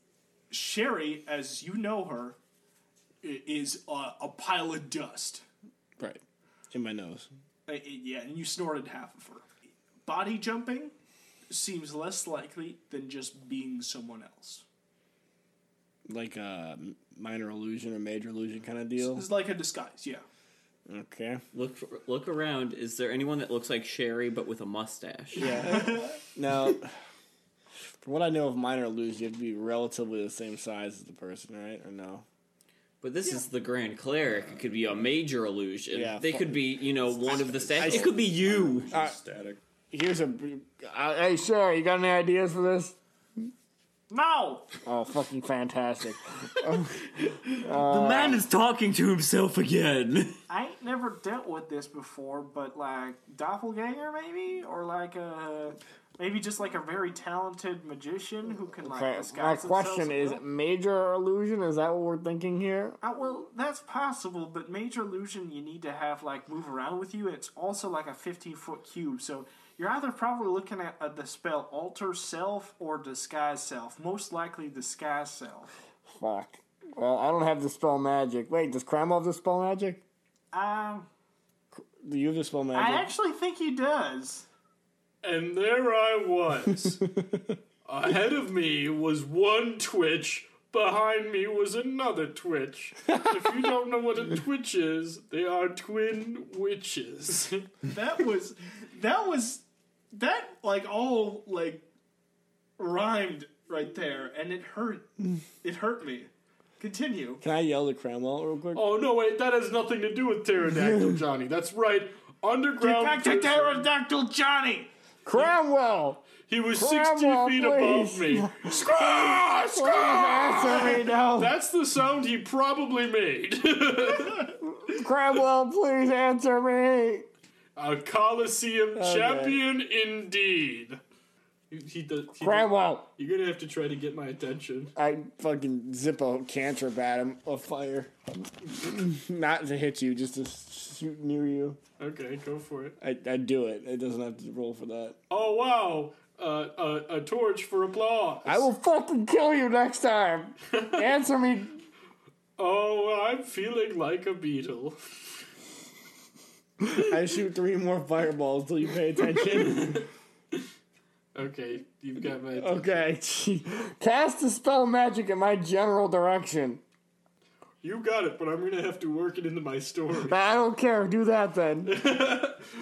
A: Sherry, as you know her, i- is a, a pile of dust.
C: Right. In my nose.
A: Uh, uh, yeah, and you snorted half of her. Body jumping seems less likely than just being someone else.
C: Like a m- minor illusion or major illusion kind of deal.
A: It's like a disguise, yeah.
C: Okay.
E: Look, look around. Is there anyone that looks like Sherry but with a mustache?
C: Now, from what I know of minor illusion, you have to be relatively the same size as the person, right? Or no?
E: But this is the Grand Cleric. It could be a major illusion.
C: Yeah,
E: they
C: fu-
E: could be, you know, one of the stats.
C: I-
E: It could be you. Uh,
F: Just static.
C: Here's a.
H: Uh, hey, Sherry, you got any ideas for this?
A: No!
C: Oh, fucking fantastic.
E: the man is talking to himself again.
G: I ain't never dealt with this before, but like doppelganger maybe, or like a maybe just like a very talented magician who can like
H: Okay,
G: disguise
H: my
G: themselves
H: question
G: a
H: is
G: little.
H: major illusion? Is that what we're thinking here?
G: Uh, well, that's possible, but major illusion you need to have like move around with you. and It's also like a fifteen foot cube, so you're either probably looking at uh, the spell alter self or disguise self. Most likely disguise self.
H: Fuck. Well, I don't have the spell magic. Wait, does Cramwell have the spell magic?
G: Um,
C: Do you have the spell
G: I
C: magic?
G: actually think he does.
B: And there I was. Ahead of me was one twitch. Behind me was another twitch. if you don't know what a twitch is, they are twin witches.
A: That was, that was, that like all like rhymed right there, and it hurt. It hurt me. Continue.
C: Can I yell to Cramwell real quick?
B: oh no, wait, that has nothing to do with pterodactyl Johnny. That's right. Underground.
A: Back to
B: prison.
A: pterodactyl Johnny.
H: Cramwell!
B: he was
H: Grandma,
B: 60 feet above me. Scraw! Scraw!
H: Answer me now!
B: That's the sound he probably made.
H: Cramwell, please answer me!
B: A Coliseum champion indeed. He, he does, he does-
H: Cramwell!
B: you're gonna have to try to get my attention.
C: I fucking zip a cantrip at him of fire. Not to hit you, just to shoot near you.
B: Okay, go for it.
C: I, I do it. It doesn't have to roll for that.
B: Oh wow, uh, a, a torch for applause.
I: I will fucking kill you next time. Answer me.
B: Oh, I'm feeling like a beetle.
C: I shoot three more fireballs till you pay attention.
B: Okay, you've got my.
C: okay.
I: Cast a spell magic in my general direction.
B: You got it, but I'm gonna have to work it into my story.
I: I don't care. Do that then.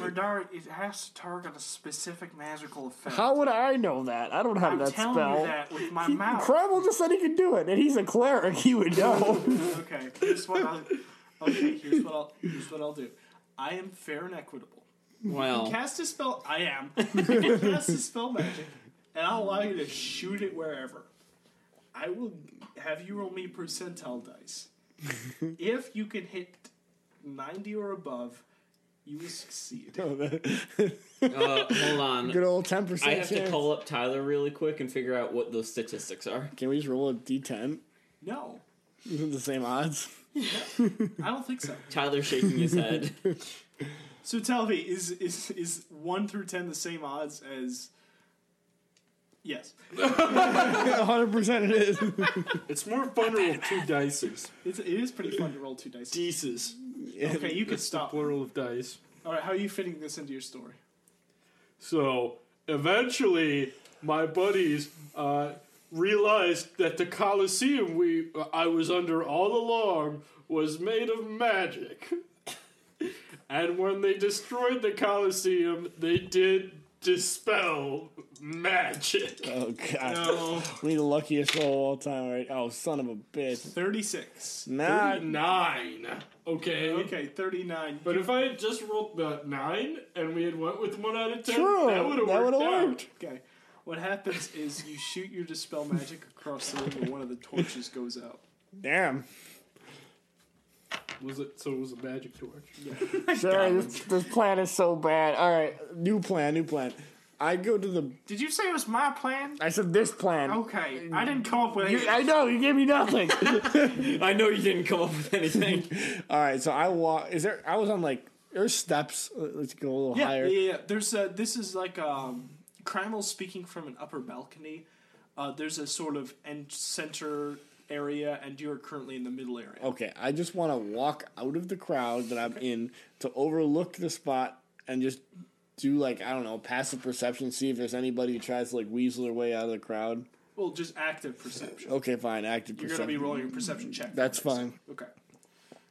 A: Murdar, it has to target a specific magical effect.
I: How would I know that? I don't have
A: I'm
I: that
A: telling
I: spell.
A: you that with my mouth.
I: Crabble just said he could do it, and he's a cleric. He would know.
A: Okay, here's what I'll, okay, here's what I'll here's what I'll do. I am fair and equitable.
E: Wow.
A: Cast a spell. I am. cast a spell magic, and I'll allow you to shoot it wherever. I will have you roll me percentile dice. if you can hit ninety or above, you will succeed.
E: Uh, hold on.
C: Good old ten
E: I
C: percent
E: have to
C: chance.
E: call up Tyler really quick and figure out what those statistics are.
C: Can we just roll a d10?
A: No,
C: Is it the same odds?
A: I don't think so.
E: Tyler shaking his head.
A: So tell me, is is is one through ten the same odds as? Yes,
C: 100 percent it is.
B: It's more fun to roll two dices.
A: it's, it is pretty fun to roll two dice.
B: Dices.
A: Okay, you can stop.
B: Plural of dice.
A: All right, how are you fitting this into your story?
B: So eventually, my buddies uh, realized that the Colosseum we uh, I was under all along was made of magic. and when they destroyed the Colosseum, they did dispel magic.
C: Oh god. We the luckiest roll of all time, right? Oh son of a bitch.
A: Thirty-six.
C: Nah.
B: Nine. Okay.
A: Okay, thirty-nine.
B: But if I had just rolled the nine and we had went with one out of ten,
C: True.
B: that would have
C: That
B: worked,
C: would've
B: out.
C: worked.
A: Okay. What happens is you shoot your dispel magic across the room and one of the torches goes out.
C: Damn.
B: Was it? So it was a magic torch.
I: Sorry, this, this plan is so bad. All right,
C: New plan, new plan. I go to the
A: Did you say it was my plan?
I: I said this plan.
A: Okay, I didn't come up with
I: You-
A: it.
I: I know you gave me nothing.
E: I know you didn't come up with anything.
C: Alright, so I walk is there I was on like there's steps. uh, Let's go a little
A: Yeah,
C: higher.
A: yeah, yeah. There's a, this is like um, Crimal speaking from an upper balcony. Uh, there's a sort of end center area, and you are currently in the middle area.
C: Okay, I just want to walk out of the crowd that I'm in to overlook the spot and just do like I don't know passive perception, see if there's anybody who tries to like weasel their way out of the crowd.
A: Well, just active perception.
C: Okay, fine. Active
A: You're gonna
C: perception.
A: be rolling your perception check.
C: That's
A: for this.
C: fine.
A: Okay.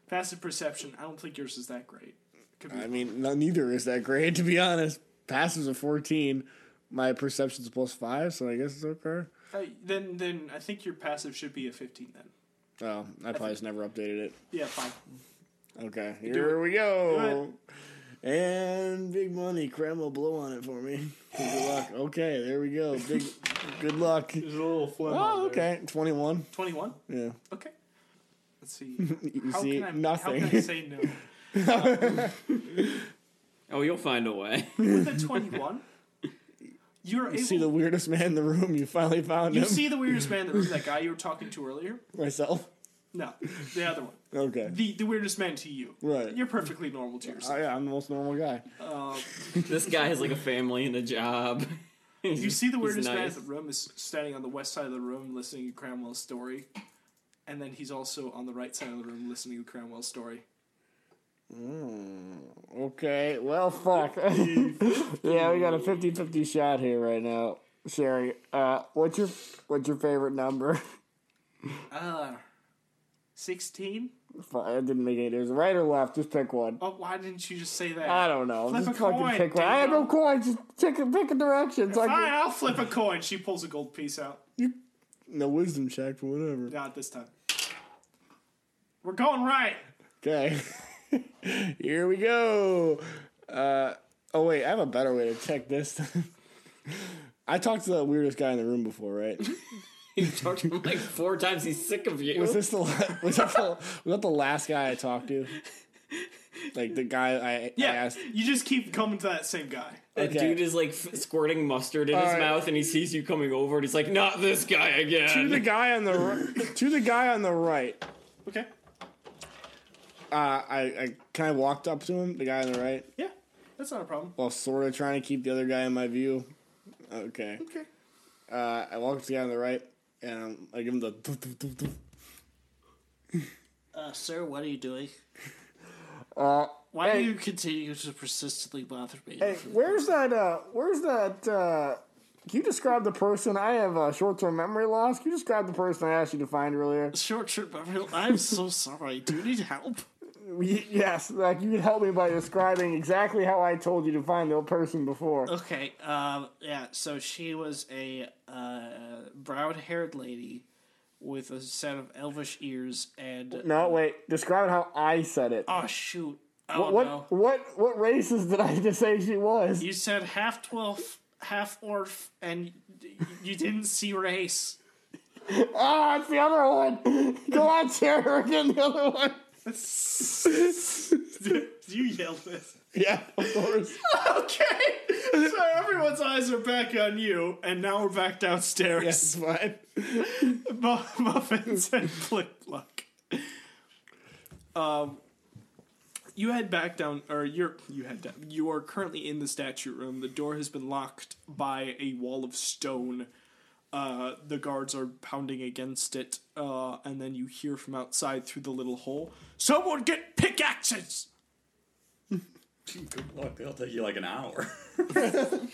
A: Passive perception. I don't think yours is that great. Could be
C: I mean, no, neither is that great to be honest. Passive's a fourteen. My perception's a plus five, so I guess it's okay.
A: Uh, then, then I think your passive should be a fifteen. Then,
C: Oh, I probably just never updated it.
A: yeah, fine.
C: Okay, here we go. And big money, Cram will blow on it for me. Good luck. Okay, there we go. Big, good luck.
B: There's a little phlegm.
C: Oh,
B: on there.
C: okay, twenty-one.
A: Twenty-one.
C: Yeah.
A: Okay. Let's see.
C: You
A: How
C: see
A: can I,
C: nothing.
A: How can I say no?
E: Oh, you'll find a way.
A: With a twenty-one, you're able.
C: you see the weirdest man in the room. You finally found
A: you
C: him.
A: see the weirdest man in the room. That guy you were talking to earlier.
C: Myself.
A: No, the other one.
C: Okay.
A: The the weirdest man to you.
C: Right.
A: You're perfectly normal to yourself.
C: I, I'm the most normal guy.
E: This guy has like a family and a job.
A: You see the weirdest man
E: nice.
A: in the room is standing on the west side of the room listening to Cramwell's story, and then he's also on the right side of the room listening to Cramwell's story.
I: okay, well, fuck. yeah, we got a 50-50 shot here right now, Sherry. Uh, what's your what's your favorite number?
A: Ah, sixteen.
I: Fu- It didn't make any difference. Right or left? Just pick one.
A: Oh, why didn't you just say that?
I: I don't know.
A: Flip
I: just
A: a coin,
I: fucking pick one. I have no
A: Daniel.
I: coins. Just pick a, pick a direction. So I
A: Fine,
I: can,
A: I'll flip a coin. She pulls a gold piece out.
C: No wisdom check, but whatever.
A: Not this time. We're going right.
C: Okay. Here we go. Uh, oh wait, I have a better way to check this. I talked to the weirdest guy in the room before, right?
E: You talked to him like four times. He's sick of you.
C: Was this the la- was that the, was that the last guy I talked to? Like the guy I,
A: Yeah,
C: I asked.
A: you just keep coming to that same guy.
E: That
C: okay.
E: dude is like f- squirting mustard in his
C: Alright.
E: mouth, and he sees you coming over, and he's like, "Not this guy
C: To the
E: again."
C: guy on the ri- to the guy on the right.
A: Okay.
C: Uh, I I kind of walked up to him, the guy on the right,
A: Yeah, that's not a problem.
C: while sort of trying to keep the other guy in my view. Okay. Okay. Uh, I walk to the guy on the right, and um, I give him the. doof, doof, doof, doof.
J: Uh, sir, what are you doing?
H: Uh,
J: Why do you continue to persistently bother me?
H: Hey, where's that? Uh, where's that? Uh, can you describe the person? I have uh, short-term memory loss. Can you describe the person I asked you to find earlier?
J: Short trip, memory- I'm so sorry. Do you need help?
H: Y- Yes, like you can help me by describing exactly how I told you to find the person before.
J: Okay, um, yeah, so she was a uh, brown haired lady with a set of elvish ears and.
H: No, wait. Describe how I said it.
J: Oh, shoot. Oh,
H: what, what,
J: no.
H: what, what races did I just say she was?
J: You said half twelve, half orf, and y- you didn't see race.
H: Ah, it's the other one. Go on, Sarah, again, the other one.
A: You yelled this.
C: Yeah, of course.
A: Okay. So everyone's eyes are back on you, and now we're back downstairs.
C: That's fine.
A: Mu- Muffins and Flip Luck. Um, you head back down, or you're you head down. You are currently in the statue room. The door has been locked by a wall of stone. Uh, the guards are pounding against it, uh, and then you hear from outside through the little hole. Someone get pickaxes.
F: Good luck. They'll take you like an hour. that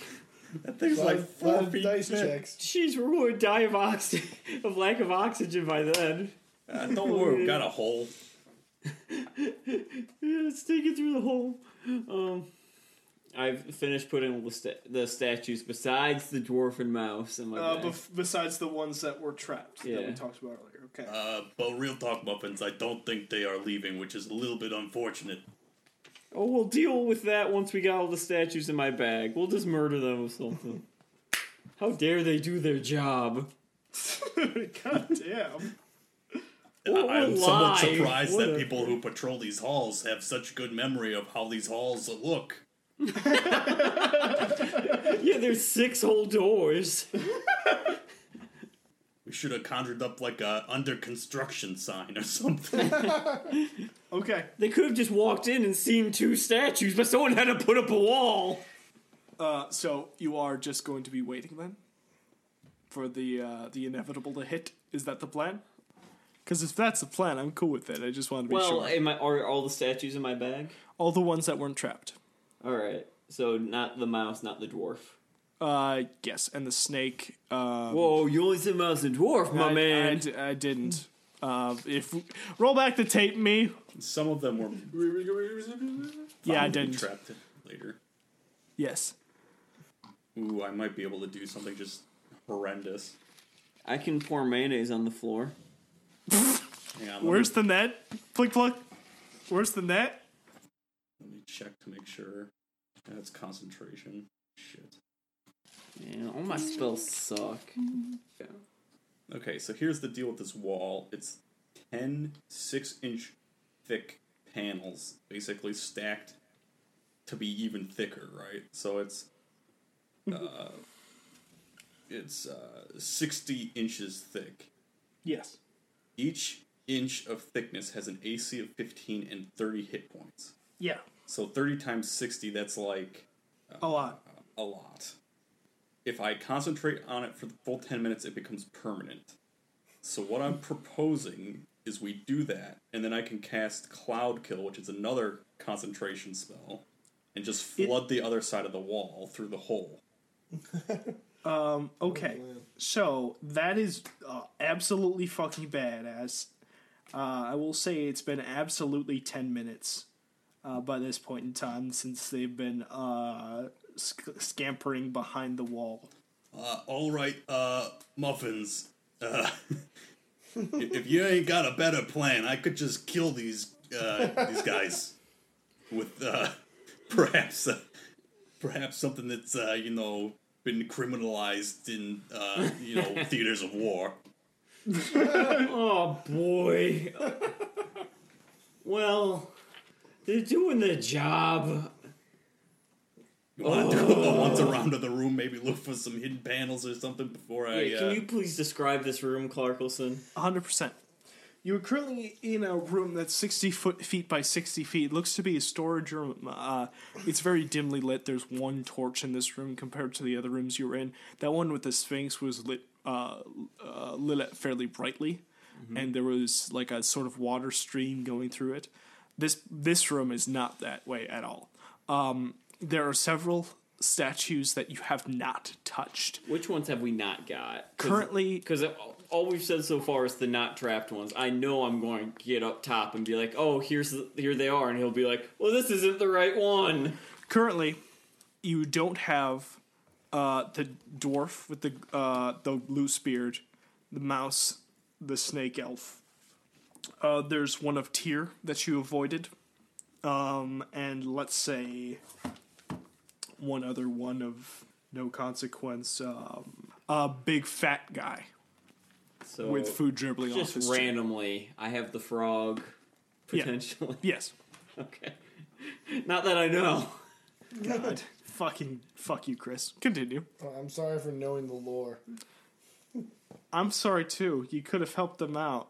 F: thing's like four feet thick.
D: Jeez, we're going to die of oxy- of lack of oxygen by then.
F: Uh, don't worry, we've got a hole.
D: Yeah, let's take it through the hole. Um,
E: I've finished putting the, st- the statues besides the dwarf and mouse in my
A: Uh,
E: bag.
A: bef- besides the ones that were trapped that we
E: Yeah.
A: talked about earlier. Okay.
F: Uh, but real talk, muffins. I don't think they are leaving, which is a little bit unfortunate.
E: oh, we'll deal with that once we got all the statues in my bag. We'll just murder them with something. How dare they do their job?
A: God damn.
F: I- I'm somewhat
E: lie.
F: surprised that people who patrol these halls have such good memory of how these halls look.
E: Yeah, there's six whole doors.
F: We should have conjured up like a under construction sign or something.
A: Okay.
E: They could have just walked in and seen two statues, but someone had to put up a wall.
A: Uh, so you are just going to be waiting then for the uh, the inevitable to hit. Is that the plan? Because if that's the plan, I'm cool with it. I just want to be
E: Well,
A: sure.
E: am I, are all the statues in my bag?
A: All the ones that weren't trapped.
E: All right, so not the mouse, not the dwarf.
A: Uh, yes, and the snake. Uh,
E: Whoa, you only said mouse and dwarf, my
A: I, I,
E: man.
A: d- I didn't. Uh, if roll back the tape, me.
F: Some of them were
A: Yeah, I
F: probably
A: didn't.
F: trapped later.
A: Yes.
F: Ooh, I might be able to do something just horrendous.
E: I can pour mayonnaise on the floor.
F: Hang on, let me-
A: Where's the net? Flick flick. Where's the net?
F: Let me check to make sure. That's concentration. Shit.
E: Man, all my spells suck.
F: Okay, so here's the deal with this wall. It's 10 6 inch thick panels, basically stacked to be even thicker, right? So it's. Uh, it's uh, 60 inches thick.
A: Yes.
F: Each inch of thickness has an AC of 15 and 30 hit points.
A: Yeah.
F: So 30 times 60, that's like
A: A lot.
F: a lot. If I concentrate on it for the full 10 minutes, it becomes permanent. So, what I'm proposing is we do that, and then I can cast Cloud Kill, which is another concentration spell, and just flood the other side of the wall through the hole.
A: Okay, so that is uh, absolutely fucking badass. Uh, I will say it's been absolutely 10 minutes uh, by this point in time since they've been uh, sc- scampering behind the wall.
F: Uh, all right, uh, muffins. Uh, if you ain't got a better plan, I could just kill these uh, these guys with uh, perhaps uh, perhaps something that's uh, you know been criminalized in uh, you know theaters of war.
D: oh boy. well, they're doing their job.
E: Oh,
F: You want to do a once around of the room, maybe look for some hidden panels or something before I.
E: Hey,
F: uh,
E: can you please describe this room, Clarkelson?
A: 100%. You are currently in a room that's 60 foot, feet by 60 feet. Looks to be a storage room. Uh, it's very dimly lit. There's one torch in this room compared to the other rooms you were in. That one with the Sphinx was lit, uh, uh, lit up fairly brightly, and there was like a sort of water stream going through it. This this room is not that way at all. Um, there are several statues that you have not touched.
E: Which ones have we not got?
A: Currently,
E: because all we've said so far is the not trapped ones. I know I'm going to get up top and be like, "Oh, here's the, here they are," and he'll be like, "Well, this isn't the right one."
A: currently you don't have uh, the dwarf with the uh, the loose beard, the mouse, the snake elf. Uh, there's one of Tyr that you avoided, um, and let's say one other one of no consequence. Um, a big fat guy
E: So
A: with food dribbling off his
E: just
A: chin.
E: randomly, I have the frog potentially.
A: Yes.
E: okay, not that I know.
A: God. Fucking fuck you, Chris. Continue.
C: I'm sorry for knowing the lore.
A: I'm sorry too. You could have helped them out.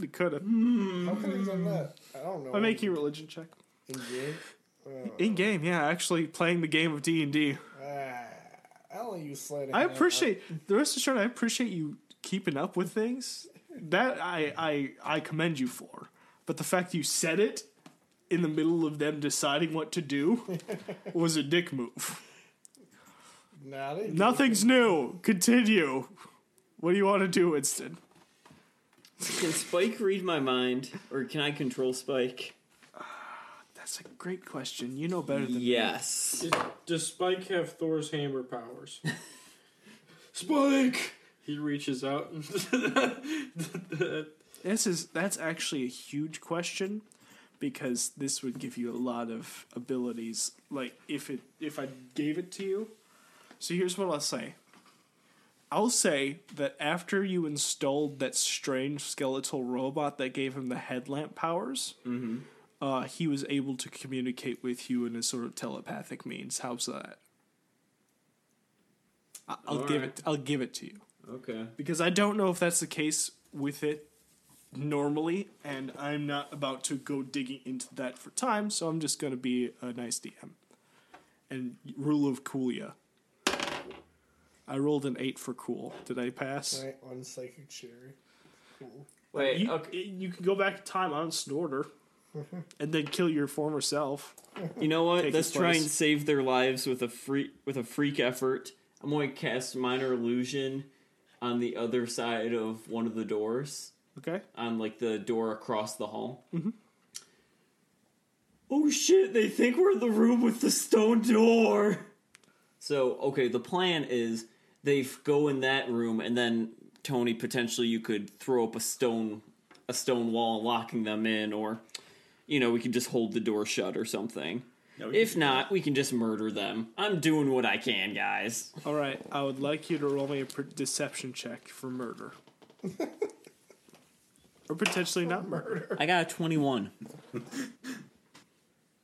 A: You could have.
C: How could I have done that? I don't know.
A: I make you a religion check.
C: In game?
A: In game, yeah, actually playing the game of D and D.
C: Ah, I only use sleight of
A: I
C: hand.
A: appreciate the rest assured. I appreciate you keeping up with things. That I I I commend you for. But the fact you said it in the middle of them deciding what to do was a dick move.
C: Nah, they do.
A: Nothing's new. Continue. What do you want to do, Winston?
E: Can Spike read my mind, or can I control Spike?
A: That's a great question. You know better than
E: Yes.
B: Does Spike have Thor's hammer powers? Spike! He reaches out and.
A: This is that's actually a huge question because this would give you a lot of abilities. Like if it if I gave it to you. So here's what I'll say. I'll say that after you installed that strange skeletal robot that gave him the headlamp powers, uh, he was able to communicate with you in a sort of telepathic means. How's that? I- I'll give it. I'll give it to you
E: Okay.
A: because I don't know if that's the case with it normally, and I'm not about to go digging into that for time, so I'm just going to be a nice DM. And rule of Coolia. I rolled an eight for cool. Did I pass?
C: Right, on psychic cherry.
E: Wait.
A: You,
E: okay.
A: you can go back to time on Snorter and then kill your former self.
E: You know what?
A: Take
E: Let's
A: his
E: try
A: place.
E: and save their lives with a free with a freak effort. I'm going to cast minor illusion on the other side of one of the doors,
A: Okay?
E: on like the door across the hall. Oh shit! They think we're in the room with the stone door. So okay, the plan is they f- go in that room, and then Tony potentially you could throw up a stone a stone wall, locking them in, or you know we could just hold the door shut or something. If not, we can just murder them. I'm doing what I can, guys.
A: All right, I would like you to roll me a per- deception check for murder. or potentially not murder.
E: I got a 21.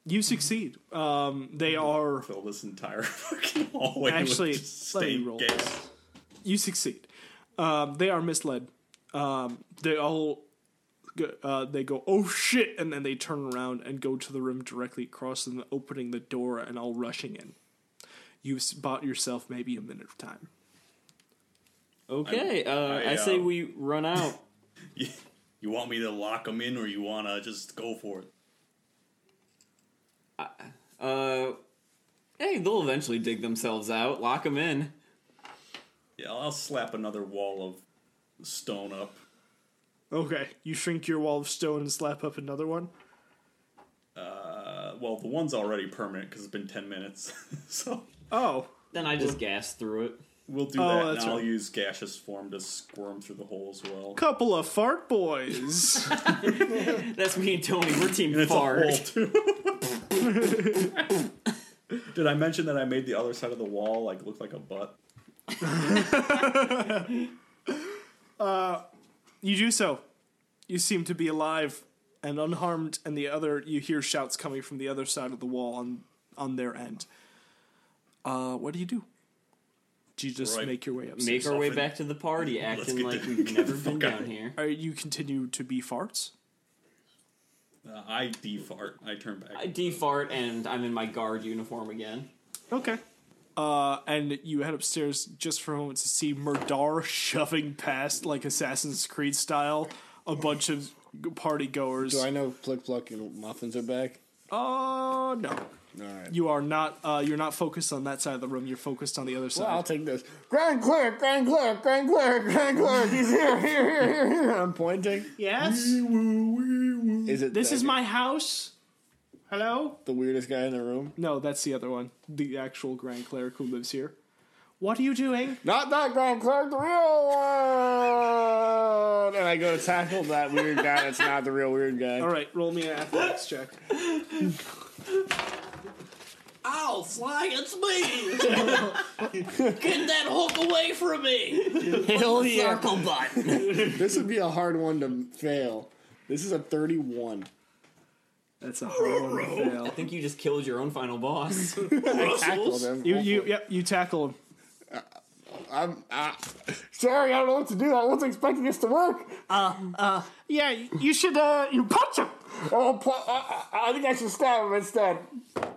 A: You succeed. Um, they are.
F: fill this entire fucking hallway.
A: Actually,
F: with just
A: let me
F: stained
A: roll.
F: gas.
A: You succeed. Um, they are misled. Um, they all. go- Uh, they go, oh shit! And then they turn around and go to the room directly across and opening the door and all rushing in. You've s- bought yourself maybe a minute of time.
E: Okay, uh,
F: I,
E: I say
F: uh,
E: we run out.
F: You want me to lock them in, or you want to just go for it?
E: Uh, hey, they'll eventually dig themselves out. Lock them in.
F: Yeah, I'll, I'll slap another wall of stone up.
A: Okay, you shrink your wall of stone and slap up another one.
F: Uh, well, the one's already permanent because it's been ten minutes, so
A: Oh,
E: Then I just gas through it.
F: we'll do
A: Oh,
F: that. And
A: that's
F: I'll
A: right.
F: use gaseous form to squirm through the hole as well.
A: couple of fart boys.
E: That's me and Tony. We're team
F: And it's a hole,
E: fart.
F: too. Did I mention that I made the other side of the wall like look like a butt?
A: You do so. You seem to be alive and unharmed, and the other you hear shouts coming from the other side of the wall on on their end. Uh, what do you do? you just
F: Right.
A: make your way up.
E: Make our way
F: something.
E: back to the party, acting
F: get
E: like
F: the-
E: we've
F: get
E: never
F: the
E: been
F: fuck out
E: down
F: of
E: here.
A: Are you continue to be farts?
F: Uh, I defart. I turn back.
E: I defart and I'm in my guard uniform again.
A: Okay. Uh, and you head upstairs just for a moment to see Murdar shoving past, like Assassin's Creed style, a bunch of party goers.
C: Do I know Flick Pluck and Muffins are back?
A: Uh, no.
C: All right.
A: You are not. Uh, you're not focused on that side of the room. You're focused on the other side.
C: Well, I'll take this.
K: Grand clerk, grand clerk, grand clerk, grand clerk. He's here, here, here, here, here.
C: I'm pointing.
L: Yes?
C: Is it
L: This
C: the,
L: is my house. Hello?
C: the weirdest guy in the room?
A: no, that's the other one. The actual Grand Cleric who lives here. What are you doing?
C: Not that grand clerk, the real one. And I go to tackle that weird guy. That's not the real weird guy.
A: All right, roll me an athletics check.
E: Ow, Sly, it's me! Get that hook away from me!
C: Hell yeah.
E: Circle button.
C: This would be a hard one to fail. This is a 31.
A: That's a hard one to
E: I
A: fail.
E: think you just killed your own final boss.
C: Tackle him.
A: You, you, yep, you tackle him.
C: I'm, I,
K: Sherry, I don't know what to do. I wasn't expecting this to work.
L: Yeah, you should, uh, you punch him.
K: Oh, pl- I, I, I think I should stab him instead.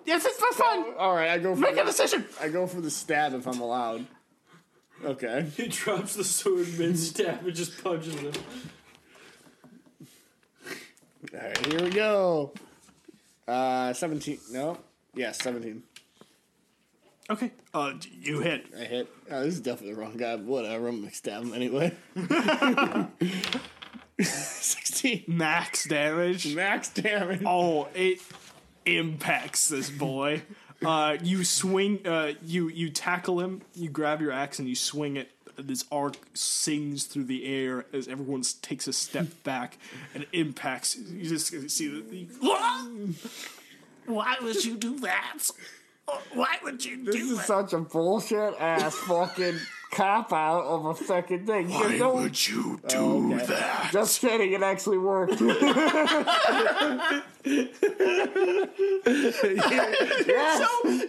L: Yes, it's for fun.
C: all right, I go for
L: Make a
C: the-
L: decision.
C: I go for the stab if I'm allowed. Okay.
B: He drops the sword mid stab and just punches him.
C: All right, here we go. Uh, 17. No. Yeah, 17.
A: Okay. Uh, you hit.
C: I hit. Oh, this is definitely the wrong guy. But whatever. I'm gonna stab him anyway. 16
A: Max damage.
C: max damage.
A: Oh, it impacts this boy. Uh, you swing, uh, you you tackle him. You grab your axe and you swing it. This arc sings through the air as everyone s- takes a step back and impacts. You just see the, the
L: Why would you do that? Why would you
K: This is such a bullshit ass fucking cop out of a second thing. There's no-
A: you do
K: Oh,
A: that?
K: just kidding, it actually worked.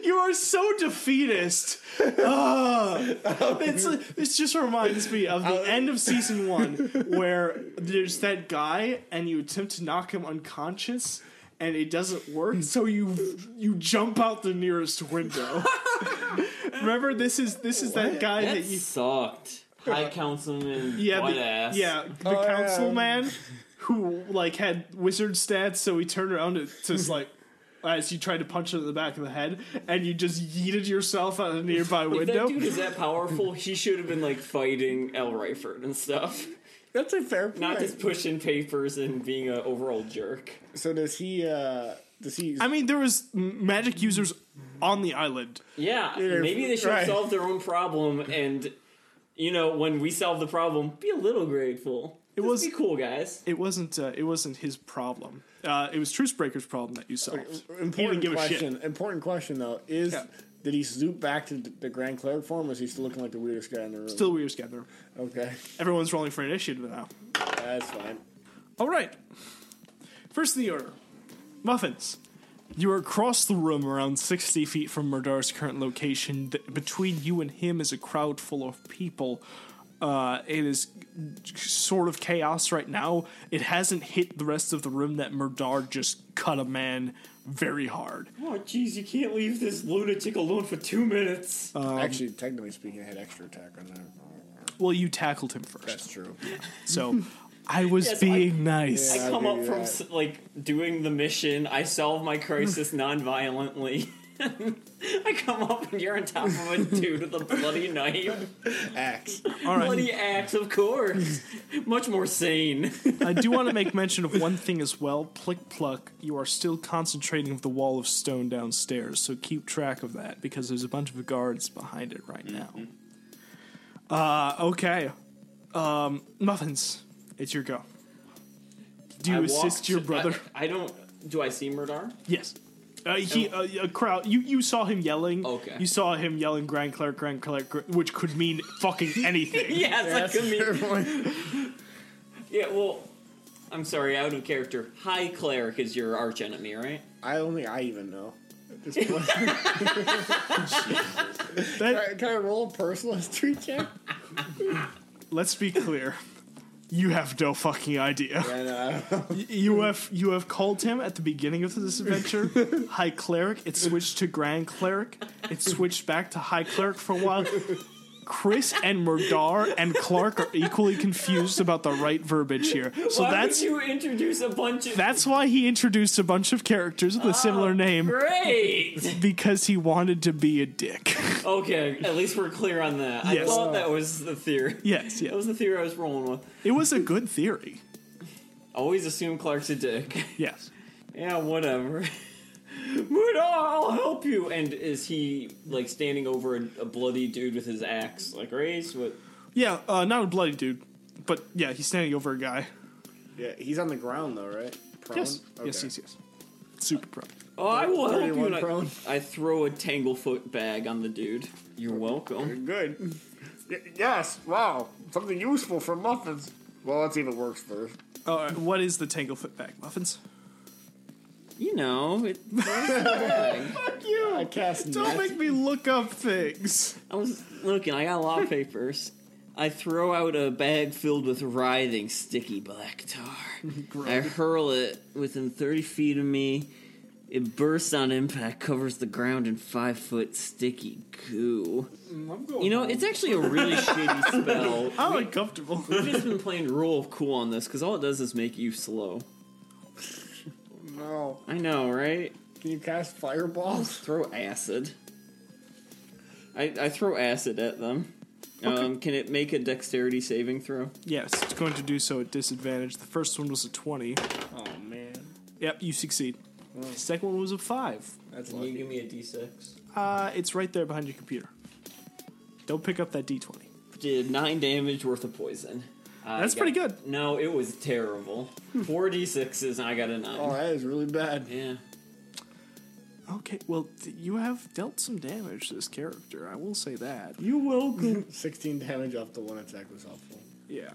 A: You are so defeatist. Ugh. it's it just reminds me of the end of season one where there's that guy and you attempt to knock him unconscious and it doesn't work, so you you jump out the nearest window. Remember, this is this is that guy that,
E: That
A: you
E: sucked. High councilman,
A: yeah
E: white
A: the,
E: ass.
A: yeah the
C: Oh,
A: councilman who like had wizard stats, so he turned around to just like. As you tried to punch him in the back of the head, and you just yeeted yourself out a nearby
E: If that
A: window.
E: dude is that powerful, he should have been like fighting El Ryford and stuff.
C: That's a fair point.
E: Not just pushing papers and being an overall jerk.
C: so does he? uh Does he?
A: I mean, there was m- magic users on the island.
E: Yeah, maybe they should
C: right.
E: solve their own problem and you know, when we solve the problem, be a little grateful. It
A: was-
E: was be cool, guys.
A: It wasn't. Uh, it wasn't his problem. Uh, it was Truce Breaker's problem that you solved. He didn't
C: important
A: give a shit.
C: question. Important question though is.
A: Yeah.
C: Did he zoop back to the Grand Cleric form, or is he still looking like the weirdest guy in the room?
A: Still, we were together.
C: Okay,
A: Everyone's rolling for initiative now.
C: that's fine.
A: All right. First in the order, muffins. You are across the room, around sixty feet from Murdar's current location. Th- Between you and him is a crowd full of people. Uh, it is sort of chaos right now. It hasn't hit the rest of the room that Murdar just cut a man very hard.
E: Oh jeez, you can't leave this lunatic alone for two minutes.
C: Actually, technically speaking, I had extra attack on that.
A: Well, you tackled him first.
C: That's true.
A: So I was
E: Yes, I-
A: being nice.
E: I
C: I'll
E: come
C: give
E: up
C: you
E: from
C: that.
E: s- like doing the mission. I solve my crisis non-violently. I come up and you're on top of a dude with a bloody knife,
C: Axe.
A: All right.
E: bloody axe, of course. Much more sane.
A: I do want to make mention of one thing as well. Plick pluck, you are still concentrating of the wall of stone downstairs, so keep track of that because there's a bunch of guards behind it right now.
E: Mm-hmm.
A: Uh, okay. Um, muffins, it's your go. Do you
E: I
A: assist
E: walked-
A: your brother?
E: I, I don't. Do I see Murdar?
A: Yes. Uh, he uh, a crowd. You you saw him yelling.
E: Okay.
A: You saw him yelling Grand Clerk, Grand Clerk, Grand- which could mean fucking anything.
E: Yes, I could mean.
C: point.
E: Yeah, well, I'm sorry, out of character. High cleric is your arch enemy, right?
C: I don't think I even know. at this point. can, I, can I roll a personal history check?
A: Let's be clear. You have no fucking idea.
C: And, uh,
A: Y- You have you have called him at the beginning of this adventure High Cleric. It switched to Grand Cleric. It switched back to High Cleric for a while. Chris and Murdar and Clark are equally confused about the right verbiage here. So
E: Why
A: that's
E: would you introduce a bunch of
A: that's why he introduced a bunch of characters with a
E: Oh,
A: similar name
E: great?
A: because he wanted to be a dick.
E: okay, at least we're clear on that.
A: Yes.
E: I thought that was the theory.
A: yes,
E: That
A: yes.
E: was the theory I was rolling with.
A: It was a good theory.
E: Always assume Clark's a dick.
A: Yes.
E: yeah, whatever. Muda, I'll help you. And is he like standing over a, a bloody dude with his axe, like raised? What?
A: Yeah, uh, not a bloody dude, but yeah, he's standing over a guy.
C: yeah, he's on the ground though, right? Prone?
A: Yes. Yes, yes, yes. Super proud.
E: Oh, I will help you.
C: 31
E: and I-
C: prone.
E: I throw a tanglefoot bag on the dude. You're welcome.
C: Good. Y- yes. Wow. Something useful for muffins. Well, let's see if it works first.
A: Uh, what is the Tanglefoot bag muffins?
E: You know, it,
C: I cast
A: Don't
C: net.
A: make me look up things.
E: I was looking. I got a lot of papers. I throw out a bag filled with writhing, sticky black tar. I hurl it within 30 feet of me. It bursts on impact, covers the ground in five foot sticky goo. You know, it's actually a really shitty spell.
A: I'm uncomfortable.
E: I've just been playing rule of cool on this because all it does is make you slow.
C: No.
E: I know, right?
C: Can you cast fireballs?
E: Throw acid. I, I throw acid at them. Um, can it make a dexterity saving throw?
A: yes, it's going to do so at disadvantage. The first one was a 20.
C: Oh man.
A: Yep, you succeed. Second one was a 5.
C: That's
E: Can you give me a d6?
A: Uh, it's right there behind your computer. Don't pick up that d20.
E: Did nine damage worth of poison. Uh, I
A: That's
E: got-
A: pretty good. Hmm.
E: No, it was terrible. Four d6s and I got a nine.
C: Oh, that is really bad.
E: Yeah.
A: Okay, well, th- you have dealt some damage to this character. I will say that.
E: You're welcome.
C: 16 damage off the one attack was helpful.
A: Yeah.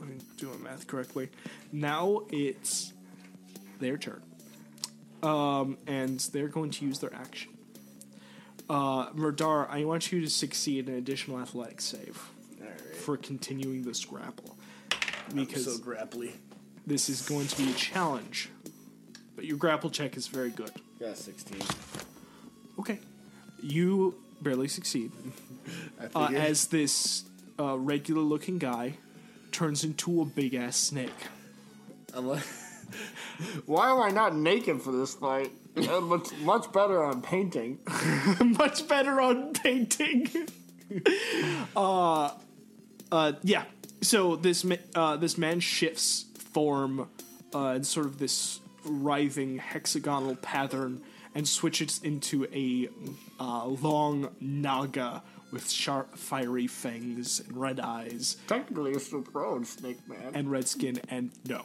A: I'm doing math correctly. Now it's their turn. Um, and they're going to use their action. Uh, Murdar, I want you to succeed an additional athletics save for continuing this grapple. Because
C: So grapply.
A: this is going to be a challenge. But your grapple check is very good.
C: Got a 16.
A: Okay. You barely succeed.
C: I
A: uh,
C: figured.
A: as this uh, regular looking guy turns into a big ass snake.
C: I'm like-
H: Why am I not naked for this fight? It looks much better on painting.
A: Much better on painting. uh, uh, yeah. So this ma- uh, this man shifts form uh, in sort of this writhing hexagonal pattern and switches into a uh, long naga with sharp fiery fangs and red eyes
H: Technically, it's the prone snake man.
A: and red skin and no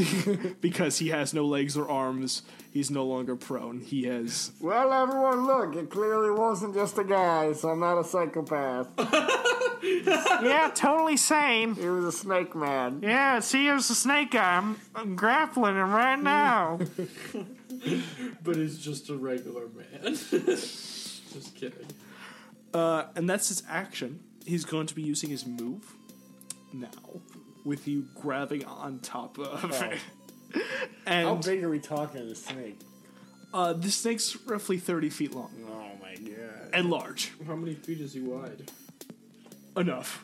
A: because he has no legs or arms he's no longer prone he has
H: Well, everyone, look, it clearly wasn't just a guy, so I'm not a psychopath.
G: Yeah, totally sane.
H: He was a snake man.
G: Yeah, see, here's the snake guy. I'm, I'm grappling him right now.
B: But he's just a regular man. just kidding.
A: Uh, and that's his action. He's going to be using his move now, with you grabbing on top of it.
C: Oh. How
A: And
C: big are we talking this snake?
A: uh, the snake's roughly 30 feet long
C: Oh my god.
A: and large.
B: How many feet is he wide?
A: Enough.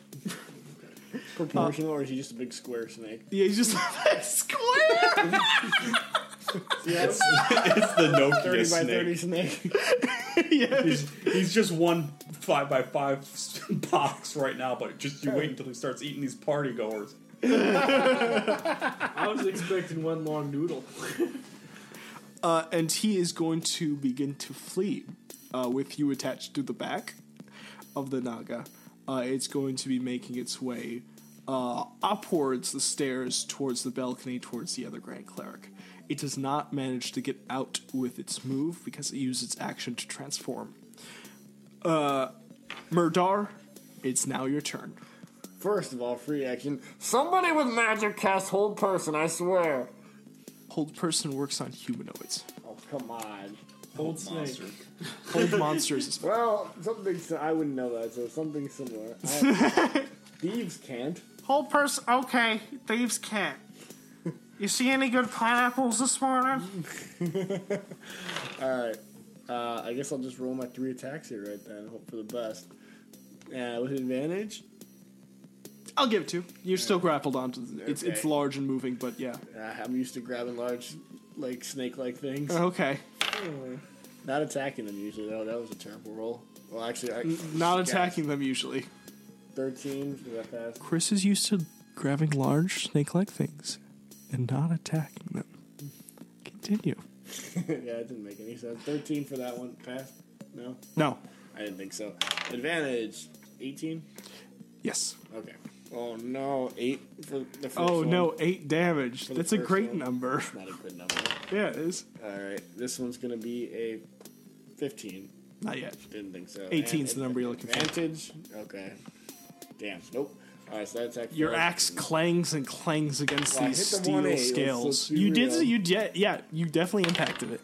C: Proportional, or is he just a big square snake?
A: Yeah, he's just square.
C: Yes.
F: It's the Nokia
C: 30 by
F: snake.
C: 30 snake.
F: He's, he's just one five by five box right now, but just you wait until he starts eating these party goers.
B: I was expecting one long noodle.
A: uh, and he is going to begin to flee uh, with you attached to the back of the Naga. Uh, it's going to be making its way uh, upwards the stairs towards the balcony towards the other Grand Cleric. It does not manage to get out with its move because it used its action to transform. Uh, Murdar, it's now your turn.
C: First of all, free action.
H: Somebody with magic cast hold person, I swear.
A: Hold person works on humanoids.
C: Oh, come on.
F: Old monster.
A: Plague monsters is
C: Well, something si- I wouldn't know that, so something similar. I- thieves can't.
A: Whole person. Okay, thieves can't. You see any good pineapples this morning?
C: All right. Uh, I guess I'll just roll my three attacks here right then. Hope for the best. Uh, with advantage.
A: I'll give it to you. You're still grappled onto. The, It's it's
C: Okay.
A: large and moving, but yeah.
C: Uh, I'm used to grabbing large, like snake-like things.
A: Okay.
C: Not attacking them usually though. That was a terrible roll. Well, actually, I,
A: Not attacking them usually.
C: Thirteen. Did that pass?
M: Chris is used to grabbing large snake-like things and not attacking them. Continue.
C: yeah, it didn't make any sense. Thirteen for that one. Pass. No,
M: No.
C: I didn't think so. Advantage. Eighteen.
M: Yes.
C: Okay. Oh no, eight for the first
A: Oh
C: one.
A: no, eight damage.
C: the
A: That's a
C: first
A: great
C: one.
A: number.
C: Not a good number.
A: Yeah, it is.
C: All right, this one's gonna be a fifteen.
A: Not yet.
C: Didn't think so.
A: 18
C: And
A: is the number you're looking for.
C: advantage. for. Okay. Damn. Nope. All right, so that's actually
A: Your axe clangs and clangs against
C: Well, I
A: these
C: hit the 1A,
A: steel
C: let's- let's
A: scales.
C: be
A: You
C: real.
A: did. You did. Yeah, you definitely impacted it.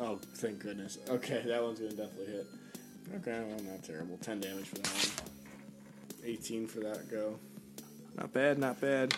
C: Oh, thank goodness. Okay, that one's gonna definitely hit. Okay, well, not terrible. Ten damage for that one. Eighteen for that go.
A: Not bad. Not bad.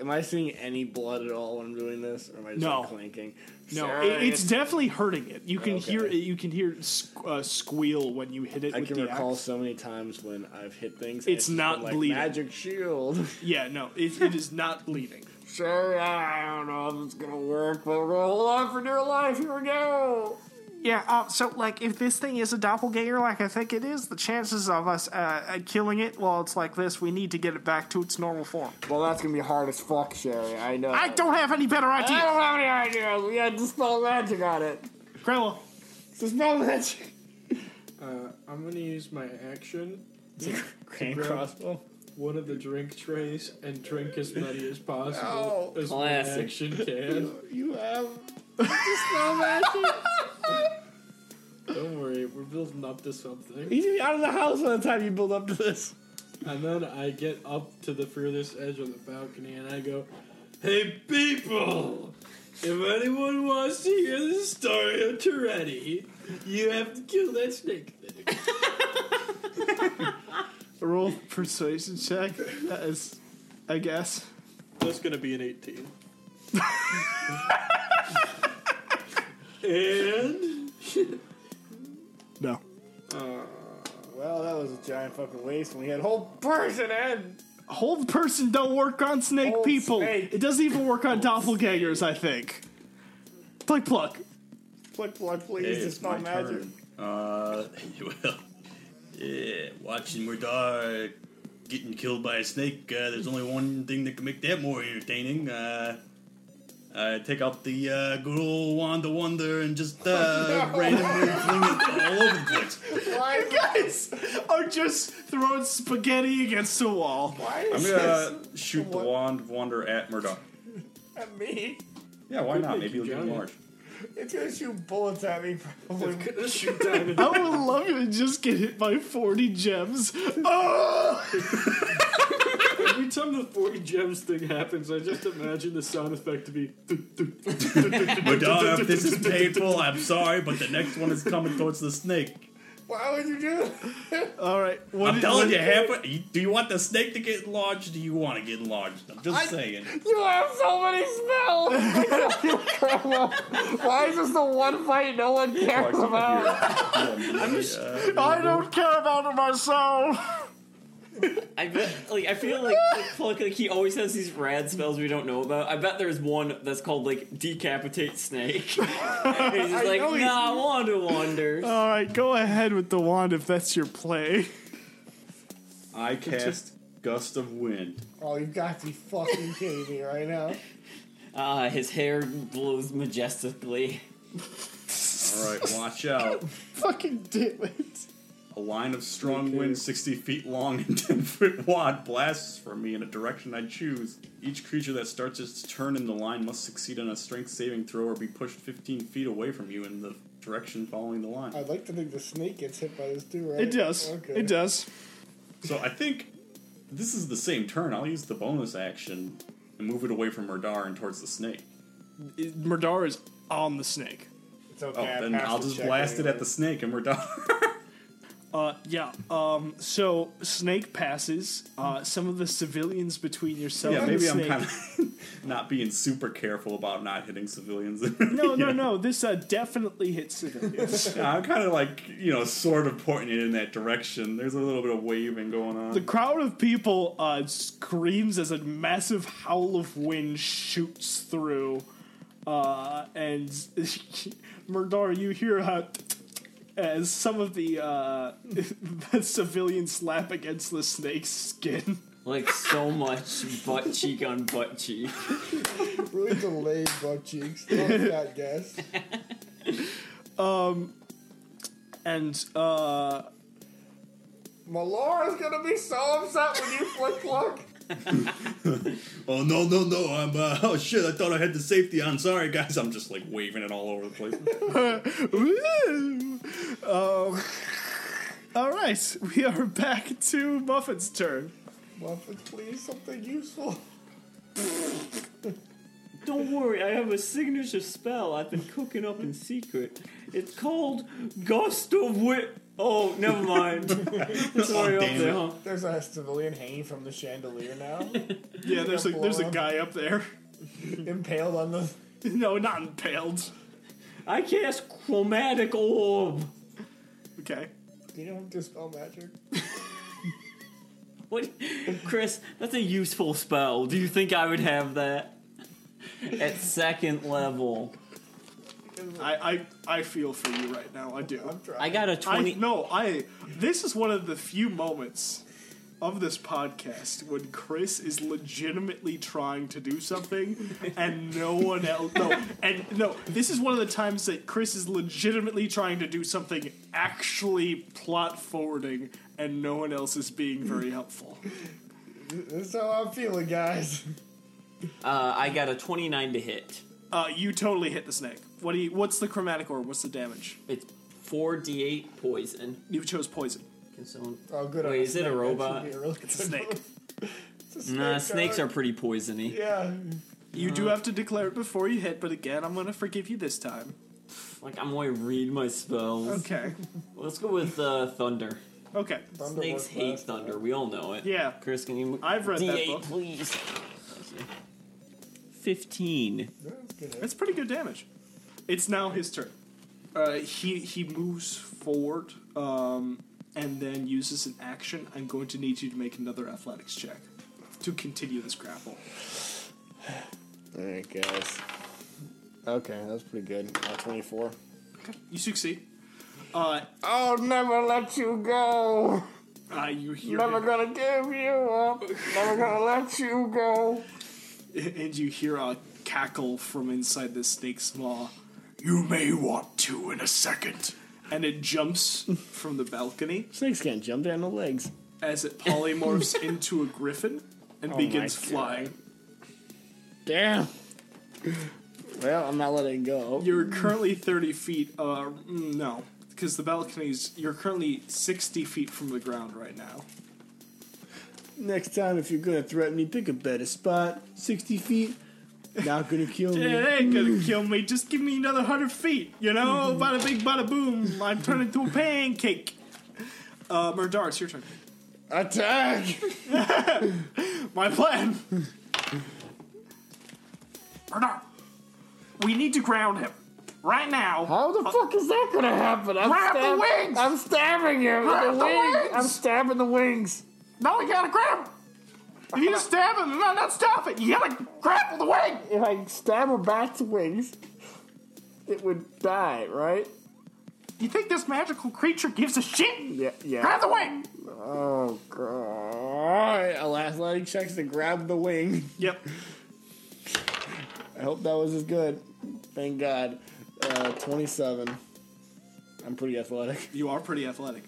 C: Am I seeing any blood at all when I'm doing this, or am I just
A: No.
C: like, clanking?
A: No,
C: Sure.
A: it, it's definitely hurting it. You can
C: Okay.
A: hear it. You can hear squ- uh, squeal when you hit it.
C: I
A: with
C: can
A: the
C: recall
A: axe.
C: so many times when I've hit things.
A: It's
C: just
A: not
C: been
A: bleeding.
C: Magic shield.
A: Yeah, no, it, it is not bleeding.
C: Sure, I don't know if it's gonna work, but we're gonna hold on for dear life. Here we go.
A: Yeah, um, so, like, if this thing is a doppelganger like I think it is, the chances of us uh, uh, killing it while it's like this, we need to get it back to its normal form.
G: Well, that's gonna be hard as fuck, Sherry. I know.
A: I don't have any better
G: I
A: idea.
G: don't have any idea. We had to spell magic on it.
A: Grella,
G: Spell magic.
B: Uh, I'm gonna use my action,
C: Hand crossbow.
B: one of the drink trays, and drink as many as possible
C: No.
B: as my
E: Classic.
B: action can.
C: You have
B: Don't worry, we're building up to something.
C: you out of the house by the time you build up to this.
B: And then I get up to the furthest edge of the balcony and I go, Hey people! If anyone wants to hear the story of Toretti, you have to kill that snake thing.
A: roll persuasion check. That is, I guess.
B: That's gonna be an 18. and
A: No.
C: Well, that was a giant fucking waste when we had a whole person in.
A: Hold person don't work on snake
C: Hold
A: people.
C: snake.
A: It doesn't even work on doppelgangers, I think. Pluck pluck.
C: Pluck, pluck, please.
F: Hey,
C: it's
F: it's my
C: not magic.
F: turn. Uh, well, yeah, watching Murdar getting killed by a snake. Uh, there's only one thing that can make that more entertaining. Uh, I take out the uh, good old wand of wonder and just
C: Oh,
F: uh, randomly fling it all over the place.
C: Why,
A: Guys are just throwing spaghetti against a wall.
C: why is
F: shoot
C: the
F: wand of wonder at Murdar.
C: this at me?
F: Yeah, why not?
B: Maybe he'll get large.
C: It's gonna shoot bullets at me, probably.
B: I'm gonna shoot down
A: I would love you to just get hit by 40 gems. Oh!
B: Every time the 40 gems thing happens, I just imagine the sound effect to be.
F: Murdar, if this is painful, I'm sorry, but the next one is coming towards the snake.
C: Why would you do that?
A: All right. What
F: I'm
A: did-
F: telling
A: what-
F: you, halfway. you- Do you want the snake to get enlarged? Or do you want to get enlarged? I'm just saying.
G: You have so many spells. Why is this the one fight
A: Oh,
G: no one cares about?
F: I'm just.
A: I don't care about myself.
E: I bet, like, I feel like, like, Pluck, like, he always has these rad spells we don't know about. I bet there's one that's called, like, Decapitate Snake. and he's just like,
C: know he's-
E: nah, Wand of Wonder.
A: All right, go ahead with the wand if that's your play.
F: I cast gust of wind.
C: Oh, you've got to be fucking kidding me right now.
E: Ah, his hair blows majestically.
F: All right, watch out.
C: fucking dimwit.
F: A line of strong wind, 60 feet long and 10 foot wide, blasts from me in a direction I choose. Each creature that starts its turn in the line must succeed on a strength saving throw or be pushed 15 feet away from you in the direction following the line.
C: I'd like to think the snake gets hit by this too, right?
A: It does.
C: Okay.
A: It does.
F: So I think this is the same turn. I'll use the bonus action and move it away from Murdar and towards the snake.
A: Murdar is on the snake.
F: Oh, then I'll just blast it at the snake and we're done.
A: Uh, yeah. Um, so Snake passes. Uh, some of the civilians between yourself
F: yeah,
A: and
F: maybe
A: the
F: I'm
A: snake.
F: kind of not being super careful about not hitting civilians. no,
A: no, no, no. This uh, definitely hits civilians.
F: I'm kind of like you know, sort of pointing it in that direction. There's a little bit of waving going on.
A: the crowd of people uh, screams as a massive howl of wind shoots through. Uh, and Murdar, you hear how as some of the uh, the civilians slap against the snake's skin.
E: Like so much butt cheek on butt cheek.
C: Really delayed butt cheeks. Love that guess.
A: And uh,
C: Malora's gonna be so upset when you flick fluck.
F: oh no, no, no! I'm uh, oh shit! I thought I had the safety on. Sorry, guys. I'm just like waving it all over the place.
A: Woo! Oh. All right, we are back to Muffin's turn.
C: Muffin, please, something useful.
E: Don't worry, I have a signature spell I've been cooking up in secret. It's called Gust of Wit. Oh, never mind. it's already up
F: damn
E: there,
F: it.
E: huh?
C: There's a civilian hanging from the chandelier now,
A: Yeah, there's a
C: blow
A: there's a
C: up.
A: guy up there.
C: impaled on the.
A: No, not impaled.
E: I cast Chromatic Orb.
A: Okay.
C: You don't dispel magic.
E: What, Chris? That's a useful spell. Do you think I would have that at second level?
A: I I, I feel for you right now. I do.
C: I'm
E: I
C: trying.
E: got a
A: I
E: twenty.
A: no. I. This is one of the few moments of this podcast when Chris is legitimately trying to do something and no one else. No, and no. This is one of the times that Chris is legitimately trying to do something, actually plot forwarding, and no one else is being very helpful.
C: This is how I'm feeling, guys.
E: Uh, I got a twenty-nine to hit.
A: Uh, you totally hit the snake. What do you? What's the chromatic orb? What's the damage?
E: It's four d eight poison.
A: You chose poison.
E: Can someone?
C: Oh, good.
E: Wait,
C: on
E: is
C: snake.
E: it a
C: That
E: robot?
C: should be a really
A: It's a
C: good
A: snake.
C: one. It's a snake.
E: Nah, snakes are
C: dog.
E: pretty poisony.
C: Yeah.
A: You do have to declare it before you hit, but again, I'm gonna forgive you this time.
E: Like I'm going to read my spells.
A: Okay.
E: Let's go with uh, thunder.
A: Okay.
C: Thunder
E: Snakes
C: works
E: hate
C: best.
E: thunder. We all know it.
A: Yeah.
E: Chris, can you?
A: I've read that
E: D8,
A: book.
E: please. Fifteen.
C: Yeah, it's good.
A: That's pretty good damage. It's now his turn. Uh, he he moves forward um, and then uses an action. I'm going to need you to make another athletics check to continue this grapple.
C: Alright, guys. Okay, that's pretty good. Uh, 24.
A: You succeed. Uh,
H: I'll never let you go.
A: uh, you hear
H: Never
A: him,
H: gonna give you up. Never gonna let you go.
A: and you hear a cackle from inside the snake's maw. You may want to in a second. And it jumps from the balcony.
C: Snakes can't jump, they have no legs.
A: as it polymorphs into a griffin and begins
C: God.
A: flying.
C: Damn. Well, I'm not letting go.
A: You're currently 30 feet, uh, mm, no, because the balcony's, you're currently 60 feet from the ground right now.
C: Next time, if you're gonna threaten me, pick a better spot. 60 feet. Not gonna kill me.
A: It ain't gonna kill me, just give me another 100 feet, you know? Bada bing, bada boom, I turn into a pancake. Uh, Murdar, it's your turn.
C: Attack!
A: My plan! Murdar, we need to ground him. Right now.
H: How the fuck is that gonna happen? I'm
A: Grab the
H: stab-
A: wings!
H: I'm stabbing him. with
A: Grab
H: the
A: the
H: wings.
A: wings!
H: I'm stabbing the wings.
A: No, you gotta grab him! If you stab him, no, not stop it! You gotta grapple the wing!
H: If I stab a bat's wings, it would die, right?
A: You think this magical creature gives a shit?
H: Yeah, yeah.
A: Grab the wing!
H: Oh god.
C: Alright, I'll athletic checks to grab the wing.
A: Yep.
C: I hope that was as good. Thank God. Uh, 27. I'm pretty athletic.
A: You are pretty athletic.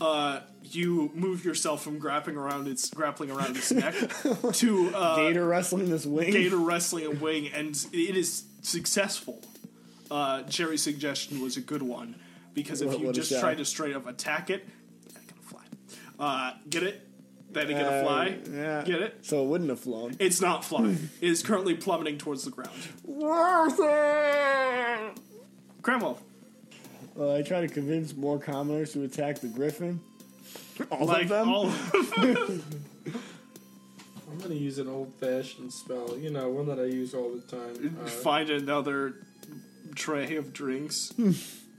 A: Uh, you move yourself from grappling around its grappling around its neck to uh, gator.
C: Gator wrestling this wing.
A: wrestling a wing, and it is successful. Uh, Jerry's suggestion was a good one because if
C: What-
A: you
C: what a
A: just
C: shot.
A: try to straight up attack it, it ain't gonna fly. Uh, get it? That ain't gonna
C: Uh,
A: fly.
C: yeah.
A: Get it?
C: So it wouldn't have flown.
A: It's not flying. it is currently plummeting towards the ground.
H: Worth it!
A: Kreml.
C: Well, I try to convince more commoners to attack the griffin. All
A: Like
C: of them.
A: all
B: I'm gonna use an old-fashioned spell. You know, one that I use all the time. Uh,
A: find another tray of drinks.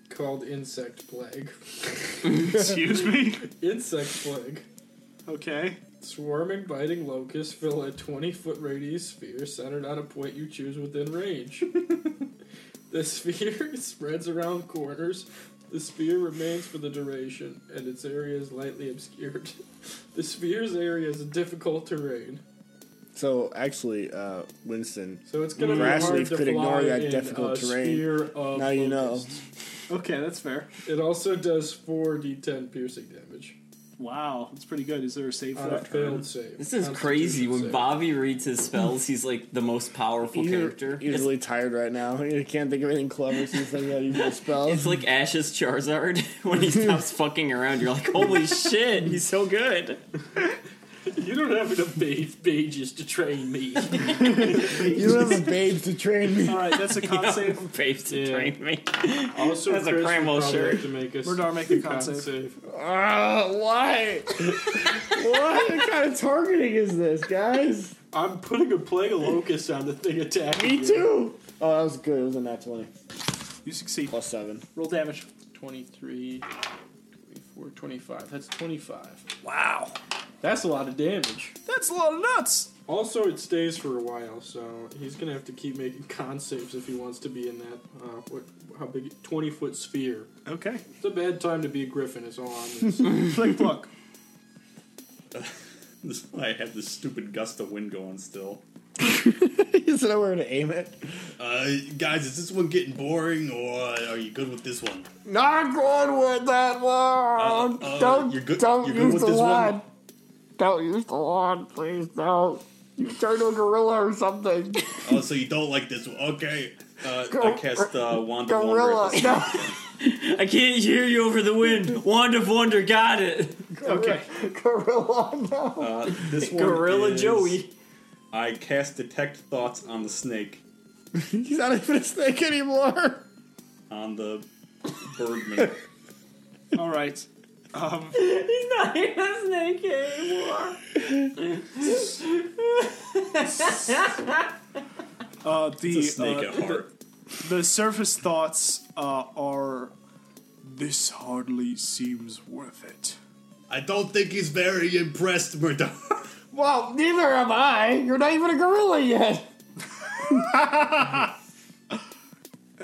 B: called insect plague.
A: Excuse me.
B: Insect plague.
A: Okay.
B: Swarming, biting locusts fill a 20 foot radius sphere centered on a point you choose within range. the sphere spreads around corners. The sphere remains for the duration, and its area is lightly obscured. The sphere's area is a difficult terrain,
C: So actually, uh, Winston,
B: so it's going to be
C: Grass
B: hard
C: leaf
B: to
C: could
B: fly
C: ignore that
B: in
C: difficult
B: a
C: terrain.
B: sphere of
C: now you know.
B: locusts.
A: Okay, that's fair.
B: It also does 4d10 piercing damage.
A: Wow, that's pretty good. Is there a
F: Uh,
A: save for
B: On a
A: that?
B: failed save.
E: This is
B: Constitution
E: crazy. When
B: save.
E: Bobby reads his spells, he's like the most powerful
C: You're,
E: character.
C: you're
E: It's,
C: really tired right now. You can't think of anything clever since you got evil
E: it's
C: spells.
E: like Ash's Charizard. when he stops fucking around, you're like, holy shit, he's so good.
B: You don't have enough ba- pages to train me.
C: you don't have a babe to train me.
A: All right, that's a con save.
E: Babes to
B: Yeah.
E: train me.
B: Also,
E: That's a
B: Chris
E: Cramwell
B: would probably
E: shirt.
B: have To make us
A: Murdar, make a con save.
C: Ah, why? what kind of targeting is this, guys?
B: I'm putting a plague of locusts on the thing attacking.
C: Me
B: you.
C: too. Oh, that was good. It was a nat twenty
A: You succeed.
C: plus seven.
A: Roll damage.
B: 23, 24, 25. That's 25. Wow. That's a lot of damage.
A: That's a lot of nuts.
B: Also, it stays for a while, so he's gonna have to keep making con saves if he wants to be in that, uh, what, how big, 20 foot sphere.
A: Okay.
B: It's a bad time to be a griffin, is all I'm gonna say.
A: Click pluck.
F: This is why I have this stupid gust of wind going still.
C: Is there where to aim it?
F: Uh, guys, is this one getting boring, or are you good with this one?
H: Not going with that one.
F: Uh, uh,
H: Um, don't
F: you're good-
H: don't
F: you're good
H: use
F: with
H: the
F: this
H: wand.
F: one?
H: Don't use the wand, please. Don't. You turn to a gorilla or something.
F: Oh, so you don't like this one? Okay. Uh, I cast uh, wand of
H: Gorilla.
F: wonder.
H: No.
E: I can't hear you over the wind. Wand of Wonder got it.
A: Okay.
H: gorilla. No.
F: Uh, this one
E: Gorilla
F: is-
E: Joey.
F: I cast detect thoughts on the snake,
C: He's not even a snake anymore.
F: on the birdman.
A: All right. Um,
E: He's not even a snake anymore.
A: uh,
F: It's
A: the
F: a snake
A: uh,
F: at heart.
A: the surface thoughts uh, are. This hardly seems worth it.
F: I don't think he's very impressed, Murdoch.
H: Well, neither am I. You're not even a gorilla yet.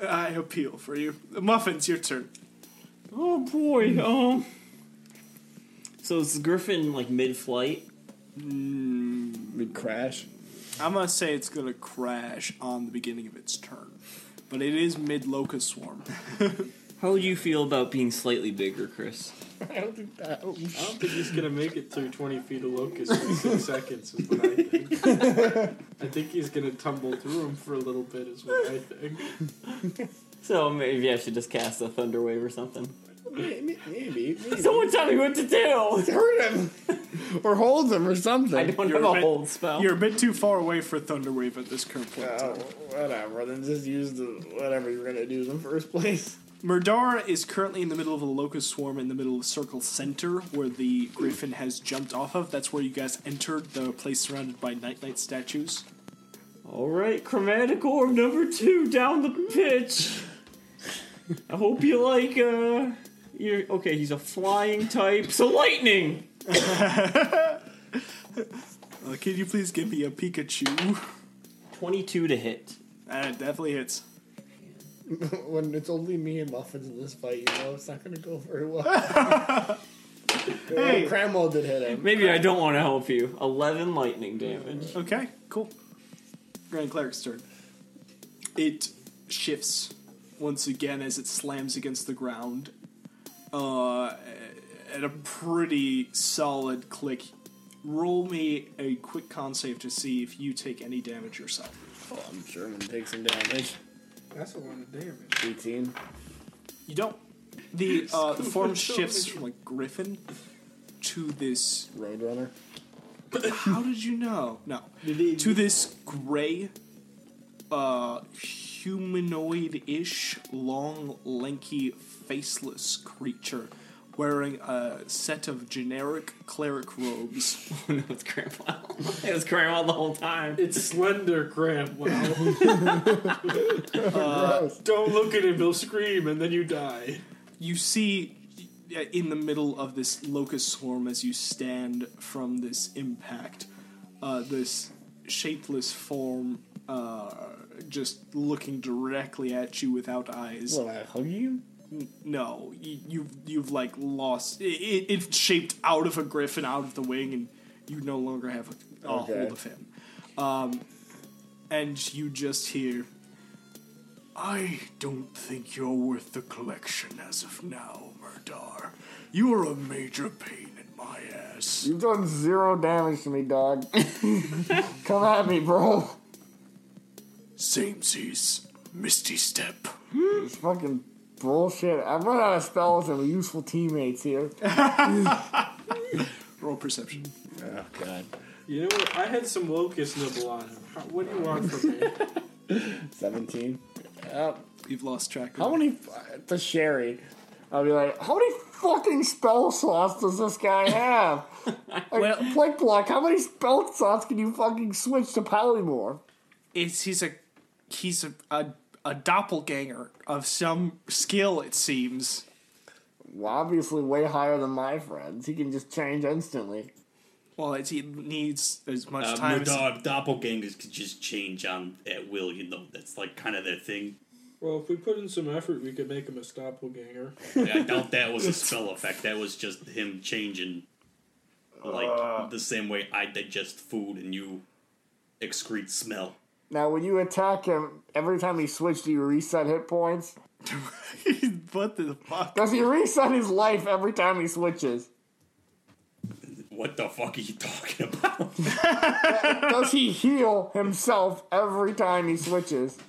A: I appeal for you. Muffins, your turn.
E: Oh boy. Um. So is Griffin like mid-flight?
C: We crash.
A: I'm gonna say it's gonna crash on the beginning of its turn, but it is mid locust swarm.
E: How would you feel about being slightly bigger, Chris?
C: I don't think that.
B: I don't think he's gonna make it through 20 feet of locusts in six seconds, is what I think. I think he's gonna tumble through them for a little bit, is what I think.
E: So maybe I should just cast a thunder wave or something.
C: Maybe, maybe.
E: Someone tell me what to do.
C: Hurt him, or hold him, or something.
E: I don't
A: You're
E: have a
A: right.
E: hold spell.
A: You're a bit too far away for Thunderwave at this current point. in
C: Oh,
A: time.
C: whatever. Then just use the whatever you were gonna do in the first place.
A: Murdara is currently in the middle of a locust swarm in the middle of Circle Center, where the griffin has jumped off of. That's where you guys entered the place surrounded by night night statues.
E: All right, chromatic orb number two down the pitch. I hope you like. uh... You're, okay, he's a flying type, so lightning.
A: Uh, can you please give me a Pikachu?
E: Twenty-two to hit.
A: That definitely hits.
C: when it's only me and Muffins in this fight, you know it's not gonna go very well. hey, Cramwell did hit him.
E: Maybe I don't want to help you. Eleven lightning damage.
A: Okay, cool. Grand Cleric's turn. It shifts once again as it slams against the ground. Uh, at a pretty solid click. Roll me a quick con save to see if you take any damage yourself.
C: Oh, I'm sure I'm gonna take some damage.
B: That's a lot of damage.
C: 18.
A: You don't. The uh, the form shifts from like griffin to this.
C: Roadrunner.
A: How did you know? No, to this gray, uh, humanoid ish, long, lanky, faceless creature wearing a set of generic cleric robes.
E: no, it's grandma. It was grandma the whole time.
B: It's slender, Grandma. Don't look at him; he'll scream, and then you die.
A: You see uh, in the middle of this locust swarm as you stand from this impact, uh, this shapeless form uh, just looking directly at you without eyes.
C: Will I hug you?
A: No, you, you've you've like lost. It, it, it's shaped out of a griffin, out of the wing, and you no longer have a, a
C: Okay.
A: hold of him. Um, and you just hear, "I don't think you're worth the collection as of now, Murdar. You are a major pain in my ass."
H: You've done zero damage to me, dog. Come at me, bro.
A: Samesies, Misty Step.
H: It's fucking bullshit. I've run out of spells and useful teammates here.
A: Roll perception.
C: Oh god.
B: You know, what? I had some locust nibble on him. How- What do you want from me?
C: Seventeen. Uh,
A: You've lost track.
C: how
A: Of
C: many uh, to Sherry?
H: I'll be like, how many fucking spell slots does this guy have? Like, Flick Block, how many spell slots can you fucking switch to Polymorph?
J: It's he's a he's a, a a doppelganger of some skill. It seems.
H: Well, obviously way higher than my friends. He can just change instantly.
J: Well, it's, he needs as much
F: Uh,
J: time. as,
F: Murdar, doppelgangers could just change on at will, you know. That's like kind of their thing.
B: Well, if we put in some effort, we could make him a doppelganger.
F: I doubt that was a spell effect. That was just him changing, like the same way I digest food and you excrete smell.
H: Now, when you attack him, every time he switched, do you reset hit points?
A: what the fuck?
H: Does he reset his life every time he switches?
F: What the fuck are you talking about?
H: Does he heal himself every time he switches?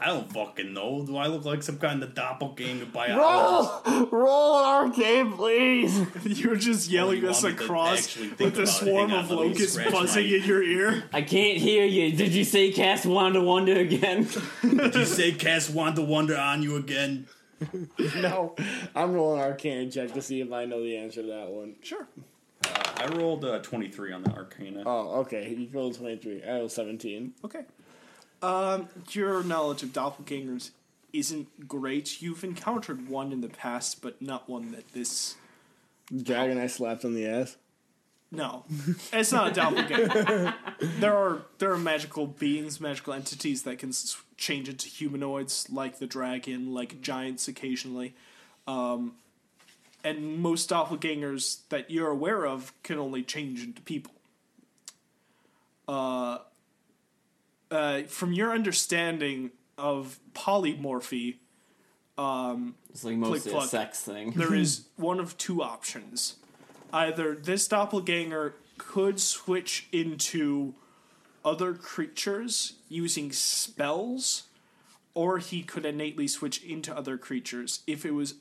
F: I don't fucking know. Do I look like some kind of doppelganger biologist?
H: Roll! Roll an arcade, please!
A: You're just
F: Oh,
A: yelling
F: you
A: this
F: want me to
A: across
F: actually think
A: with a
F: about it?
A: swarm
F: Hang on,
A: of
F: let me
A: locusts
F: scratch
A: buzzing
F: my-
A: in your ear.
E: I can't hear you. Did you say cast Wanda Wanda again?
F: Did you say cast Wanda Wonder on you again?
C: No, I'm rolling Arcana check to see if I know the answer to that one.
A: Sure.
F: I rolled uh, 23 on the Arcana.
C: Oh, okay. You rolled twenty three. I rolled seventeen.
A: Okay. Um, your knowledge of doppelgangers isn't great. You've encountered one in the past, but not one that this.
C: Dragon, I slapped on the ass.
A: No, it's not a doppelganger. there are there are magical beings, magical entities that can s- change into humanoids, like the dragon, like giants occasionally. Um, and most doppelgangers that you're aware of can only change into people. Uh, from your understanding of polymorphy,
E: It's like mostly
A: plug.
E: a sex thing.
A: there is one of two options. Either this doppelganger could switch into other creatures using spells, or he could innately switch into other creatures. If it was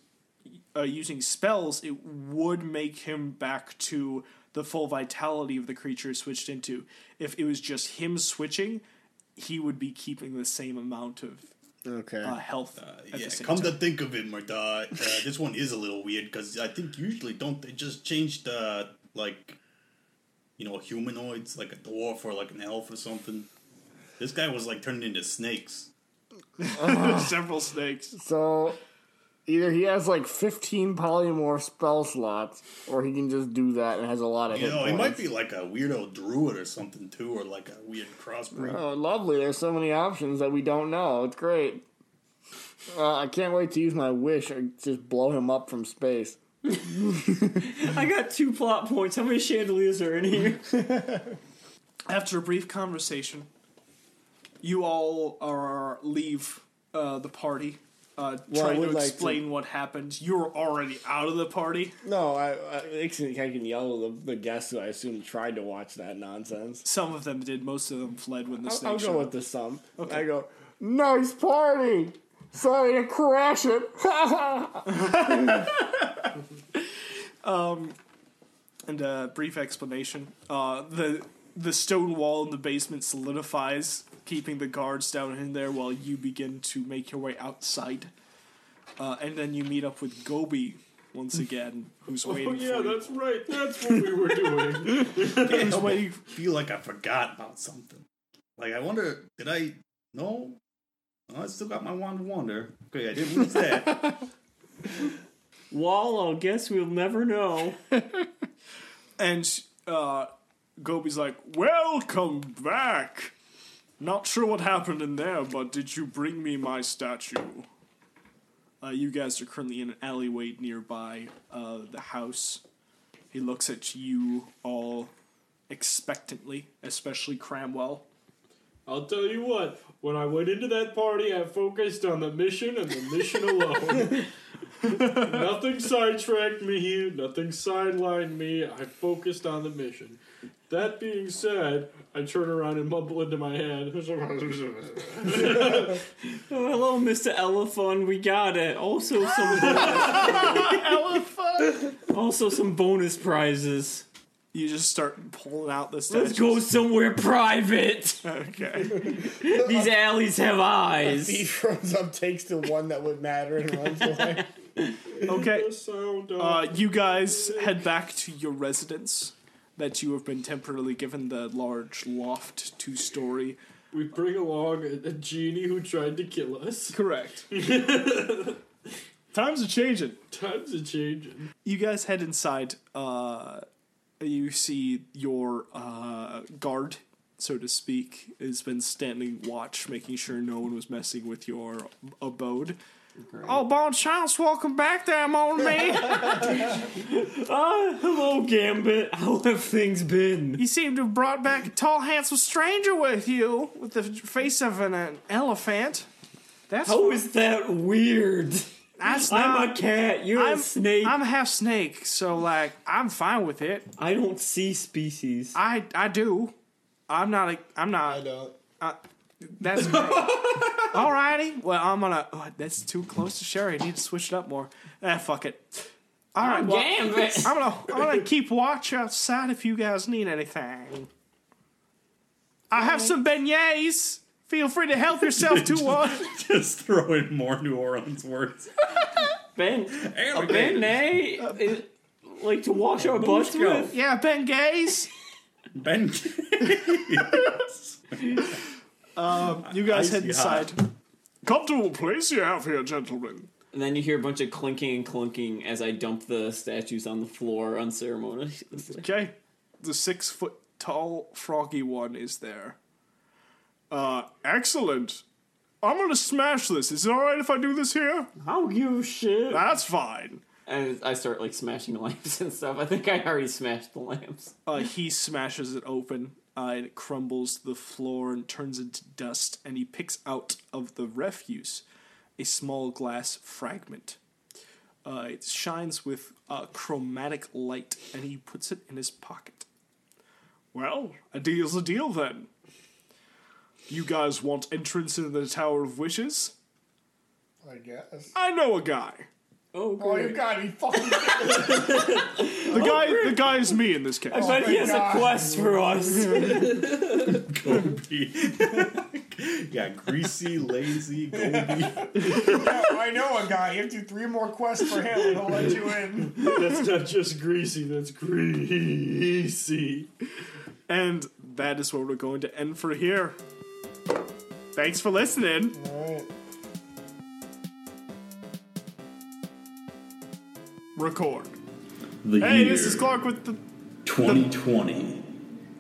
A: uh, using spells, it would make him back to the full vitality of the creature switched into. If it was just him switching, he would be keeping the same amount of
C: Okay.
A: uh, health. at
F: Yeah,
A: the same
F: come
A: time.
F: to think of it, Murda, uh, this one is a little weird because I think usually don't they just change the like, you know, humanoids like a dwarf or like an elf or something. This guy was like turned into snakes.
A: several snakes.
H: So, either he has like 15 polymorph spell slots, or he can just do that and has a lot of
F: You
H: hit
F: know,
H: points.
F: he might be like a weirdo druid or something too, or like a weird crossbreed.
H: Oh, lovely. There's so many options that we don't know. It's great. Uh, I can't wait to use my wish or just blow him up from space.
E: I got two plot points. How many chandeliers are in here?
A: After a brief conversation, you all are leave uh, the party, uh,
C: I
A: trying to
C: would like to-
A: explain what happened. You're already out of the party.
C: No, I, I, I can yell at the, the guests who I assume tried to watch that nonsense.
A: Some of them did. Most of them fled when the
C: I'll,
A: snake
C: I'll
A: showed
C: go
A: up.
C: with the sum. I go,
H: Nice party! Sorry to crash it.
A: and Uh, a brief explanation. Uh, the the stone wall in the basement solidifies keeping the guards down in there while you begin to make your way outside. Uh, and then you meet up with Gobi once again, who's waiting
B: Oh, yeah,
A: for you.
B: that's right. That's what we were doing.
A: Who's waiting
F: I feel like I forgot about something. Like I wonder, did I? No, no I still got my wand of wonder. Okay, I didn't lose that.
E: Wallow, guess we'll never know.
A: And uh, Gobi's like, Welcome back! Not sure what happened in there, but did you bring me my statue? Uh, you guys are currently in an alleyway nearby uh, the house. He looks at you all expectantly, especially Cramwell.
B: I'll tell you what, when I went into that party, I focused on the mission and the mission alone. nothing sidetracked me here, nothing sidelined me. I focused on the mission. That being said, I turn around and mumble into my head.
E: Oh, hello, Mr. Elephant. We got it. Also some Elephant. also some bonus prizes.
A: You just start pulling out the statue.
E: Let's go somewhere private.
A: Okay.
E: These alleys have
C: He
E: eyes.
C: runs up, takes the one that would matter, and runs away.
A: okay.
B: The sound of
A: Uh, you guys head back to your residence that you have been temporarily given the large loft two story.
B: we bring along a, a genie who tried to kill us.
A: Correct. Times are changing.
B: Times are changing.
A: You guys head inside. Uh, you see your uh, guard, so to speak, has been standing watch, making sure no one was messing with your abode.
J: Oh, Bon Chance, welcome back there, mon ami.
E: Ah, hello, Gambit. How have things been?
J: You seem to have brought back a tall, handsome stranger with you, with the face of an, an elephant. That's
E: How is that weird?
J: that's
E: I'm a
J: not-
E: cat. You're a
J: I'm-
E: snake.
J: I'm half snake, so like I'm fine with it.
E: I don't see species.
J: I I do. I'm not a. I'm not.
C: I don't.
J: That's great. Alrighty. Well, I'm gonna. Oh, that's too close to Sherry. I need to switch it up more. Ah, fuck it. All right. well,
E: Gambit.
J: I'm gonna. I'm gonna keep watch outside if you guys need anything. I have some beignets. Feel free to help yourself to one.
F: Just throw in more New Orleans words.
E: Ben,
F: And
E: a
F: again.
E: benet, is- eh? like to wash our butts with.
J: Yeah, beignets.
F: Ben.
A: You guys head
F: Icy
A: inside. Comfortable place you have here, gentlemen.
E: And then you hear a bunch of clinking and clunking as I dump the statues on the floor unceremoniously.
A: Okay. The six foot tall froggy one is there. Uh, excellent. I'm gonna smash this. Is it alright if I do this here?
E: How you shit?
A: That's fine.
E: And I start like smashing lamps and stuff. I think I already smashed the lamps.
A: Uh, he smashes it open. Uh, and it crumbles to the floor and turns into dust, and he picks out of the refuse a small glass fragment. Uh, it shines with uh, chromatic light, and he puts it in his pocket. Well, a deal's a deal then. You guys want entrance into the Tower of Wishes?
C: I guess.
A: I know a guy.
E: Oh,
C: Oh, you
E: great.
C: gotta be fucking.
A: The guy, the guy is me in this case.
E: but he has a
C: God.
E: quest for us.
F: Gobi. yeah, greasy, lazy, Gobi.
C: I know a guy. You have to do three more quests for him, and he'll let you in.
B: That's not just greasy, that's greasy.
A: And that is where we're going to end for here. Thanks for listening.
C: All right.
A: Record.
F: The
A: Hey, this is Clark with the.
F: 2020.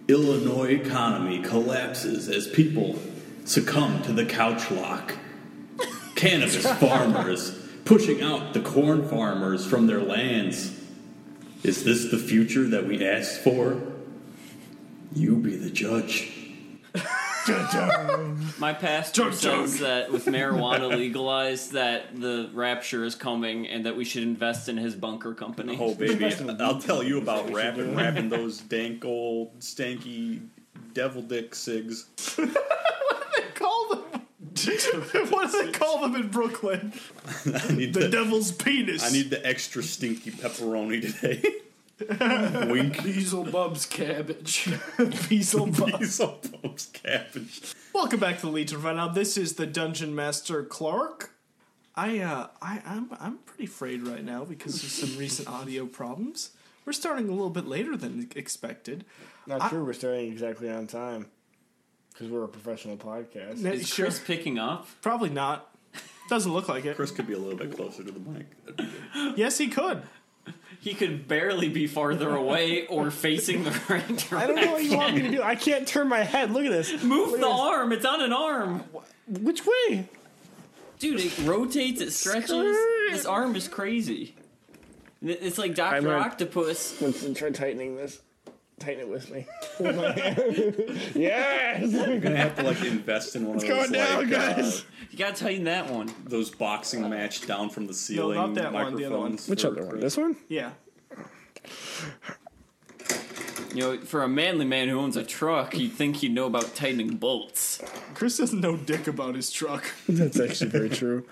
F: Illinois economy collapses as people succumb to the couch lock. Cannabis farmers pushing out the corn farmers from their lands. Is this the future that we asked for? You be the judge.
E: My pastor says that with marijuana legalized, that the rapture is coming and that we should invest in his bunker company.
F: Oh, baby, I'll tell you about rapping, rapping those dank old, stanky devil dick cigs.
A: Call them. what do they call them in Brooklyn?
F: I need
A: The devil's penis.
F: I need the extra stinky pepperoni today. Wink.
G: Diesel Bub's cabbage.
A: Diesel Bub.
F: Diesel Bob's cabbage.
A: Welcome back to the Legion of Now. This is the Dungeon Master Clark. I uh I, I'm I'm pretty afraid right now because of some recent audio problems. We're starting a little bit later than expected.
C: Not sure we're starting exactly on time because we're a professional podcast.
A: N-
E: Is
A: sure,
E: Chris picking up?
A: probably not. Doesn't look like it.
F: Chris could be a little bit closer to the mic. That'd be good.
A: Yes, he could.
E: He could barely be farther away or facing the right direction.
C: I don't know what you want me to do. I can't turn my head. Look at this.
E: Move the arm. It's on an arm.
C: Which way?
E: Dude, it rotates, it stretches. This arm is crazy. Th- It's like Dr.
C: learned-
E: Octopus.
C: Let's try tightening this. Tighten it with me. yes.
F: You're gonna have to like invest in one of those
C: going down,
F: like, uh,
C: guys.
E: You gotta tighten that one.
F: those boxing match down from the ceiling
A: not that one, the other one.
F: microphones.
C: Which
F: for
C: other one?
F: Chris.
C: This one?
A: Yeah.
E: You know, for a manly man who owns a truck, you'd think you'd know about tightening bolts.
A: Chris doesn't know dick about his truck.
C: That's actually very true.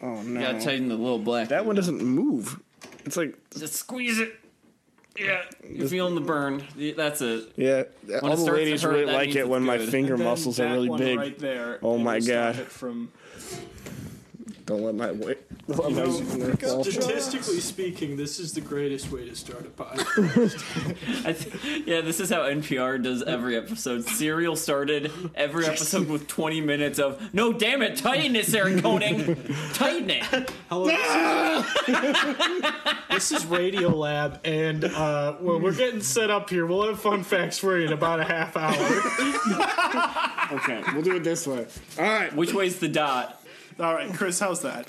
C: Oh
E: You gotta
C: no.
E: tighten the little black.
C: That one doesn't move. It's like
E: Just squeeze it. Yeah, you're feeling the burn. That's it.
C: yeah. all
E: it starts
C: the
E: to
C: ladies
E: hurt,
C: really
E: that
C: like
E: means
C: it
E: it's
C: when my
E: good.
C: finger
A: And then
C: muscles are
A: that
C: really
A: one
C: big.
A: right there.
C: Oh
A: it
C: my
A: will stop
C: God.
A: it From
C: Don't let my weight. Don't let my
B: Statistically speaking, this is the greatest way to start a podcast.
E: I th- yeah, this is how NPR does every episode. Serial started every episode with 20 minutes of, no, damn it, tighten it, Sarah Koenig. tighten it.
B: Hello, this is Radio Lab, and uh, well, we're getting set up here. We'll have fun facts for you in about a half hour.
C: okay, we'll do it this way. All right.
E: Which way's the dot?
A: all right, Chris, how's that?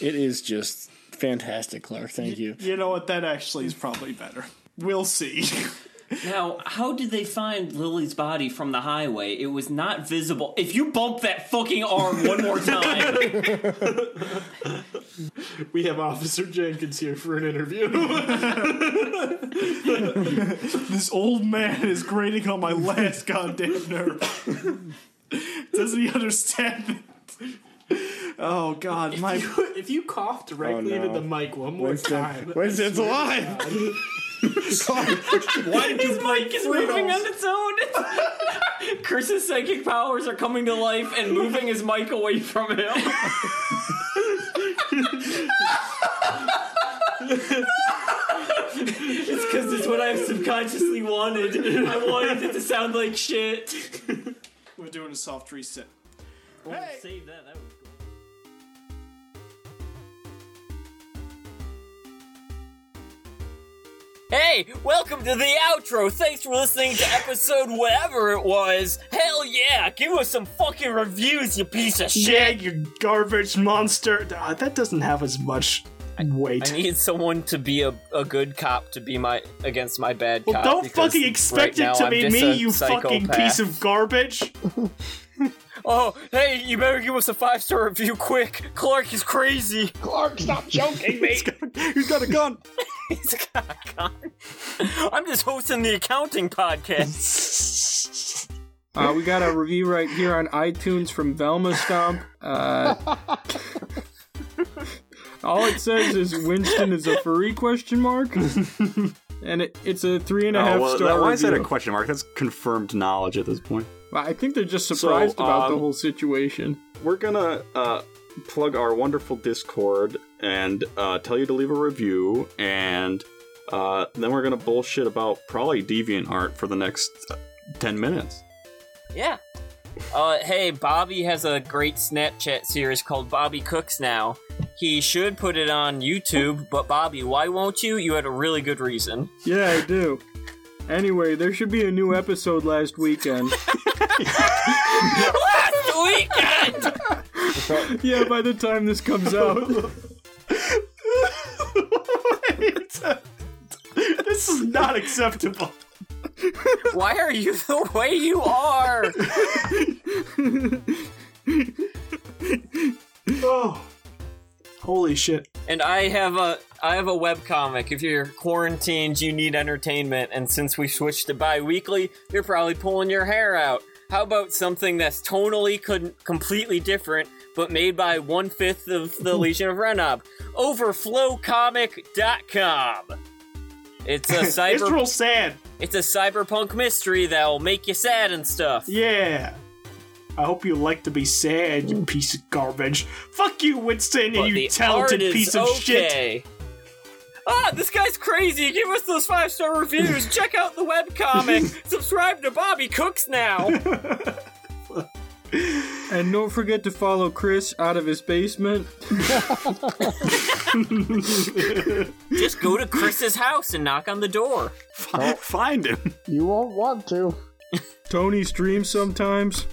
C: It is just fantastic, Clark. Thank you.
A: You know what? That actually is probably better. We'll see.
E: Now, how did they find Lily's body from the highway? It was not visible. If you bump that fucking arm one more time,
B: We have Officer Jenkins here for an interview.
A: this old man is grating on my last goddamn nerve. Doesn't he understand? that? Oh God, my
B: if you cough directly
C: Oh, no.
B: into the mic one more time,
C: Winston's alive. Clark,
E: why did his mic is moving on its own? Chris's psychic powers are coming to life and moving his mic away from him. it's because it's what I've subconsciously wanted. I wanted it to sound like shit.
A: We're doing a soft reset.
E: Save that. That was. Hey, welcome to the outro. Thanks for listening to episode whatever it was. Hell yeah, give us some fucking reviews, you piece of shit.
G: Yeah, you garbage monster.
A: Uh,
G: Ah, that doesn't have as much weight.
N: I need someone to be a, a good cop to be my against my bad
G: well,
N: cop.
G: don't
N: because
G: fucking expect
N: right now
G: it to
N: I'm
G: be
N: just
G: me,
N: a
G: you fucking
N: psychopath.
G: piece of garbage.
N: Oh, hey, you better give us a five star review quick. Clark is crazy.
C: stop joking me.
G: He's got a gun.
N: He's a cock. I'm just hosting the accounting podcast.
O: Uh, we got a review right here on iTunes from Velma Stomp. Uh, all it says is Winston is a furry question mark, and it, it's a three and a half star review.
F: Oh, why is that a question mark? That's confirmed knowledge at this point.
O: Well, I think they're just surprised about the
F: um,
O: whole situation.
F: We're gonna uh, plug our wonderful Discord and uh, tell you to leave a review, and uh, then we're gonna bullshit about probably deviant art for the next uh, ten minutes.
N: Yeah. Uh, hey, Bobby has a great Snapchat series called Bobby Cooks now. He should put it on YouTube, but Bobby, why won't you? You had a really good reason.
O: Yeah, I do. Anyway, there should be a new episode last weekend.
N: Last weekend!
O: yeah, by the time this comes out.
A: This is not acceptable.
N: Why are you the way you are?
A: Oh.
B: holy shit!
N: And I have a I have a webcomic. If you're quarantined, you need entertainment, and since we switched to bi-weekly, you're probably pulling your hair out. How about something that's tonally con- completely different, but made by one-fifth of the Legion of Renob? Overflowcomic.com.
E: It's a cyber.
A: It's real sad.
E: It's a cyberpunk mystery that'll make you sad and stuff.
A: Yeah. I hope you like to be sad, you piece of garbage. Fuck you, Winston,
E: But
A: and
E: the
A: you talented
E: art is
A: piece of shit.
E: okay. Ah, this guy's crazy. Give us those five star reviews. Check out the webcomic. Subscribe to Bobby Cooks now.
B: And don't forget to follow Chris out of his basement.
E: Just go to Chris's house and knock on the door.
F: Fi- Find him.
C: You won't want to.
B: Tony streams sometimes.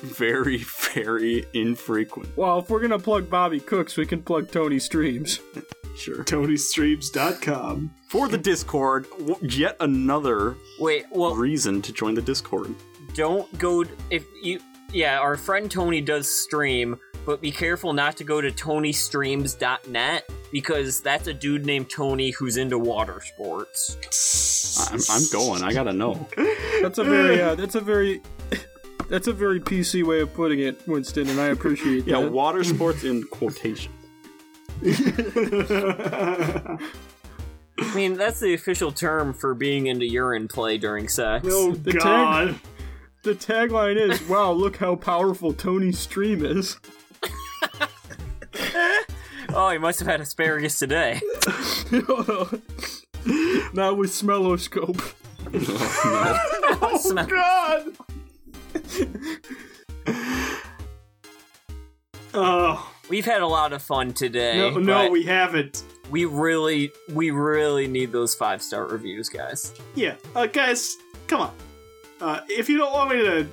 F: Very, very infrequent.
B: Well, if we're gonna plug Bobby Cooks, we can plug Tony Streams.
F: Sure.
A: TonyStreams.com.
F: For the Discord, w- yet another
E: Wait, well,
F: reason to join the Discord.
E: don't go if you yeah our friend tony does stream but be careful not to go to tonystreams.net because that's a dude named tony who's into water sports
F: I'm, I'm going. I gotta know.
B: That's a very uh, that's a very that's a very PC way of putting it, Winston, and I appreciate
F: Yeah,
B: that.
F: water sports in quotation.
E: i mean that's the official term for being into urine play during sex
A: Oh,
B: The tag-
A: God.
B: the tagline is, "Wow, look how powerful Tony's stream is."
E: oh he must have had asparagus today
B: Not with Smelloscope.
E: Smell-
A: Oh, God. Oh
E: we've had a lot of fun today
A: no, no,
E: but
A: we haven't.
E: we really we really need those five star reviews guys
A: Yeah, uh, guys, come on. Uh, if you don't want me to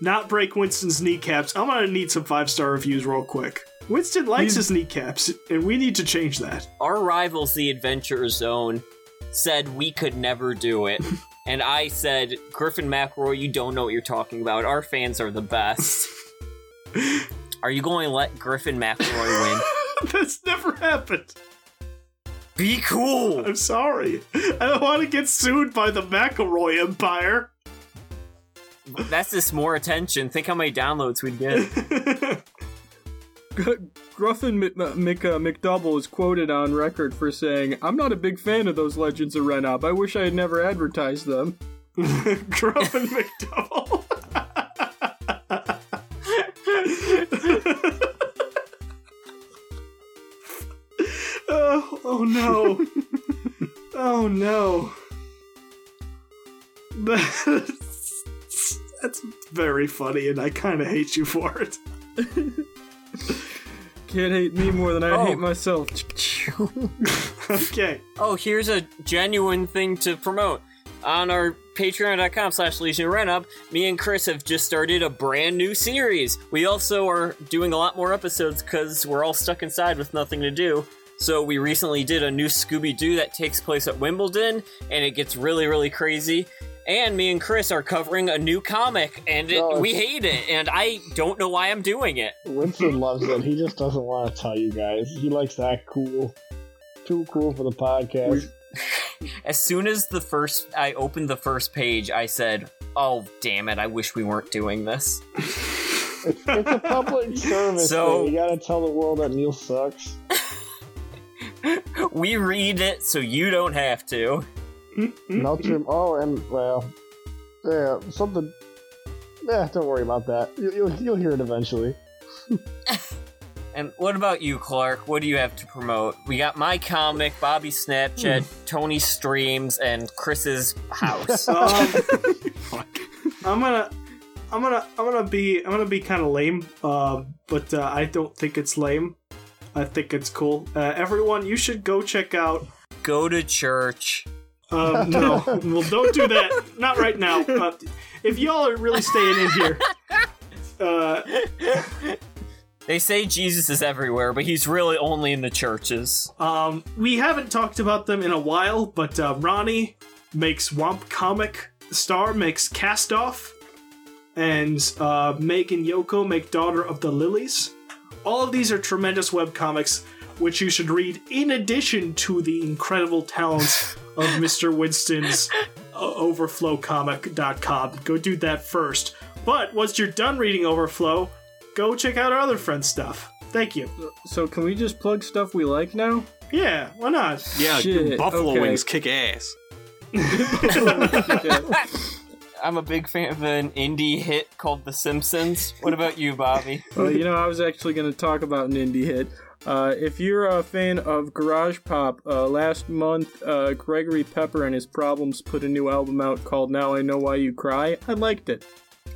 A: not break Winston's kneecaps, I'm gonna need some five star reviews real quick. Winston likes his kneecaps, and we need to change that.
E: our rivals, the Adventure Zone, said we could never do it. and I said, Griffin McElroy, you don't know what you're talking about. Our fans are the best. are you going to let Griffin McElroy win?
A: That's never happened.
E: Be cool!
A: I'm sorry. I don't want to get sued by the McElroy Empire.
E: That's just more attention. Think how many downloads we'd get.
B: Gruffin Mc, Mc, uh, McDouble is quoted on record for saying, "I'm not a big fan of those Legends of Renop. I wish I had never advertised them."
A: Gruffin McDouble. oh, oh no. oh no. That's, that's very funny, and I kind of hate you for it.
B: Can't hate me more than I
E: Oh.
B: hate myself.
A: Okay.
E: Oh, here's a genuine thing to promote. On our patreon.com slash Legion Renup, me and Chris have just started a brand new series. We also are doing a lot more episodes because we're all stuck inside with nothing to do. So we recently did a new Scooby Doo that takes place at Wimbledon, and it gets really, really crazy. And me and Chris are covering a new comic, and it,
C: Oh.
E: we hate it, and I don't know why I'm doing it.
C: Winston loves it. He just doesn't want to tell you guys. He likes to act cool. Too cool for the podcast.
E: As soon as the first I opened the first page, I said, "Oh damn it! I wish we weren't doing this."
C: It's, it's a public service. So
E: So-
C: you gotta tell the world that Neil sucks.
E: We read it so you don't have to.
C: Meltrim. Oh, and well, yeah, something.
N: eh,
C: Yeah, don't worry about that. You, you'll you'll hear it eventually.
E: And what about you, Clark? What do you have to promote? We got my comic, Bobby Snapchat, Tony streams, and Chris's house.
A: Um, I'm gonna. I'm gonna I'm gonna be I'm gonna be kind of lame, uh, but uh, I don't think it's lame. I think it's cool. Uh, everyone, you should go check out
E: Go to church.
A: Um, no, well, don't do that. Not right now. But if y'all are really staying in here, uh,
E: They say Jesus is everywhere, but he's really only in the churches.
A: um, we haven't talked about them in a while. But uh, Ronnie makes Womp Comic, Star makes Cast Off, and uh, Meg and Yoko make Daughter of the Lilies. All of these are tremendous webcomics, which you should read in addition to the incredible talents of Mr. Winston's uh, overflowcomic.com. Go do that first. But once you're done reading Overflow, go check out our other friends' stuff. Thank you.
B: so, can we just plug stuff we like now?
A: Yeah, why not?
F: Yeah,
B: Shit,
F: buffalo
B: okay.
F: wings kick ass.
E: I'm a big fan of an indie hit called The Simpsons. What about you, Bobby?
B: well, Uh, you know, I was actually going to talk about an indie hit. Uh, if you're a fan of garage pop, uh, last month uh, Gregory Pepper and his Problems put a new album out called "Now I Know Why You Cry." I liked it.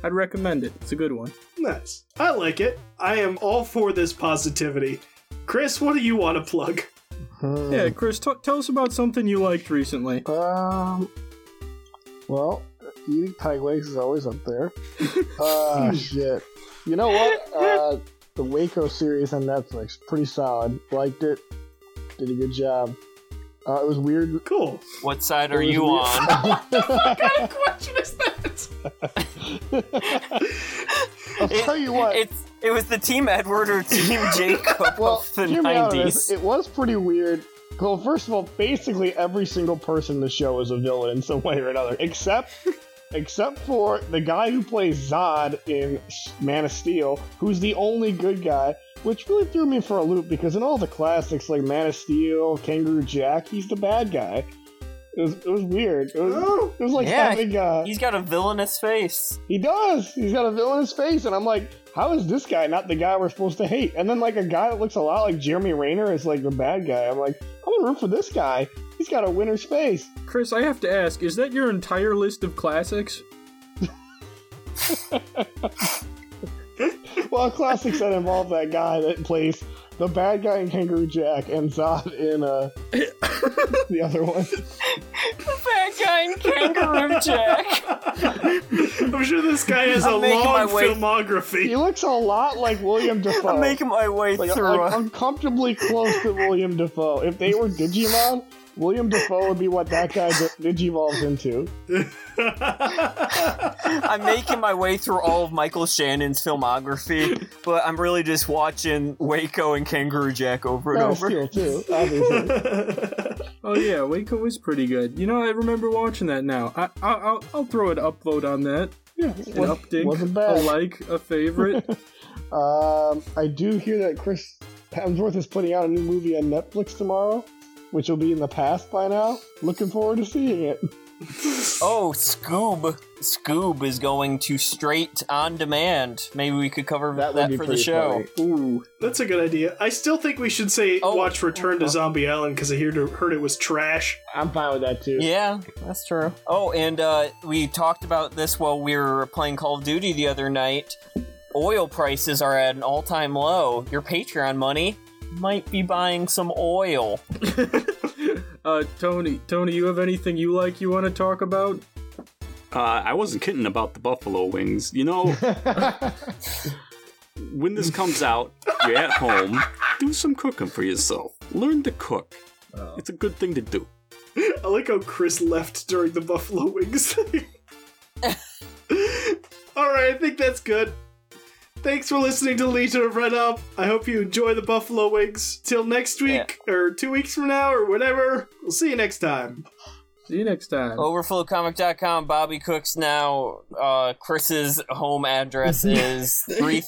B: I'd recommend it. It's a good one.
A: Nice. I like it. I am all for this positivity. Chris, what do you want to plug?
N: Hmm.
B: Yeah, Chris, t- tell us about something you liked recently.
N: Um, well, eating pike legs is always up there. Ah, shit. You know what? Uh, the Waco series on Netflix, pretty solid. Liked it. Did a good job. Uh, it was weird.
A: Cool.
E: What side are
N: It was
E: you
N: weird-
E: on?
N: I'll tell you what.
E: It's it was the team Edward or team Jacob
N: well,
E: of the
N: hear me out on this.
E: nineties.
N: It was pretty weird. Well, first of all, basically every single person in the show is a villain in some way or another, except except for the guy who plays Zod in Man of Steel, who's the only good guy, which really threw me for a loop because in all the classics like Man of Steel, Kangaroo Jack, he's the bad guy. It was, it was weird. It was, it was like
E: Oh, Yeah,
N: having uh,
E: He's got a villainous face.
N: he does. He's got a villainous face, and I'm like, how is this guy not the guy we're supposed to hate? And then like a guy that looks a lot like Jeremy Rayner is like the bad guy. I'm like, I'm gonna root for this guy. He's got a winner's face.
B: Chris, I have to ask: Is that your entire list of classics?
N: Well, classics that involve that guy that plays the bad guy in Kangaroo Jack and Zod in uh the other one.
E: Bad guy in Kangaroo Jack.
A: I'm sure this guy has a
E: I'm making
A: long
E: my way-
A: filmography.
N: He looks a lot like William Defoe.
E: I'm making my way
N: like,
E: through. uh,
N: like
E: a-
N: uncomfortably close to William Defoe. If they were Digimon, William Defoe would be what that guy di- digivolves into.
E: I'm making my way through all of Michael Shannon's filmography, but I'm really just watching Waco and Kangaroo Jack over and
N: Man of
E: over.
N: Steel too, obviously.
B: Oh yeah, Waco is pretty good. You know, I remember watching that. Now, I, I I'll, I'll throw an upvote on that.
N: Yeah,
B: An
N: was-
B: update,
N: wasn't
B: a
N: bad.
B: like, a favorite.
N: Um, I do hear that Chris Hemsworth is putting out a new movie on Netflix tomorrow, which will be in the past by now. Looking forward to seeing it.
E: Oh, Scoob. Scoob is going to straight on demand. Maybe we could cover that, for the show.
B: Ooh,
A: That's a good idea. I still think we should say
E: Oh.
A: watch Return to Zombie Island because I heard heard it was trash.
N: I'm fine with that too.
E: Yeah, that's true. Oh, and uh, we talked about this while we were playing Call of Duty the other night. Oil prices are at an all time low. Your Patreon money might be buying some oil.
B: uh, Tony, Tony, you have anything you like you want to talk about?
F: Uh, I wasn't kidding about the buffalo wings. You know, when this comes out, you're at home, do some cooking for yourself. Learn to cook. It's a good thing to do.
A: I like how Chris left during the Buffalo Wings thing. All right, I think that's good. Thanks for listening to Legion of Red Up. I hope you enjoy the Buffalo Wings. Till next week, or two weeks from now, or whatever. We'll see you next time.
B: See you next time.
E: Overflowcomic.com, Bobby Cooks now. Uh, Chris's home address is three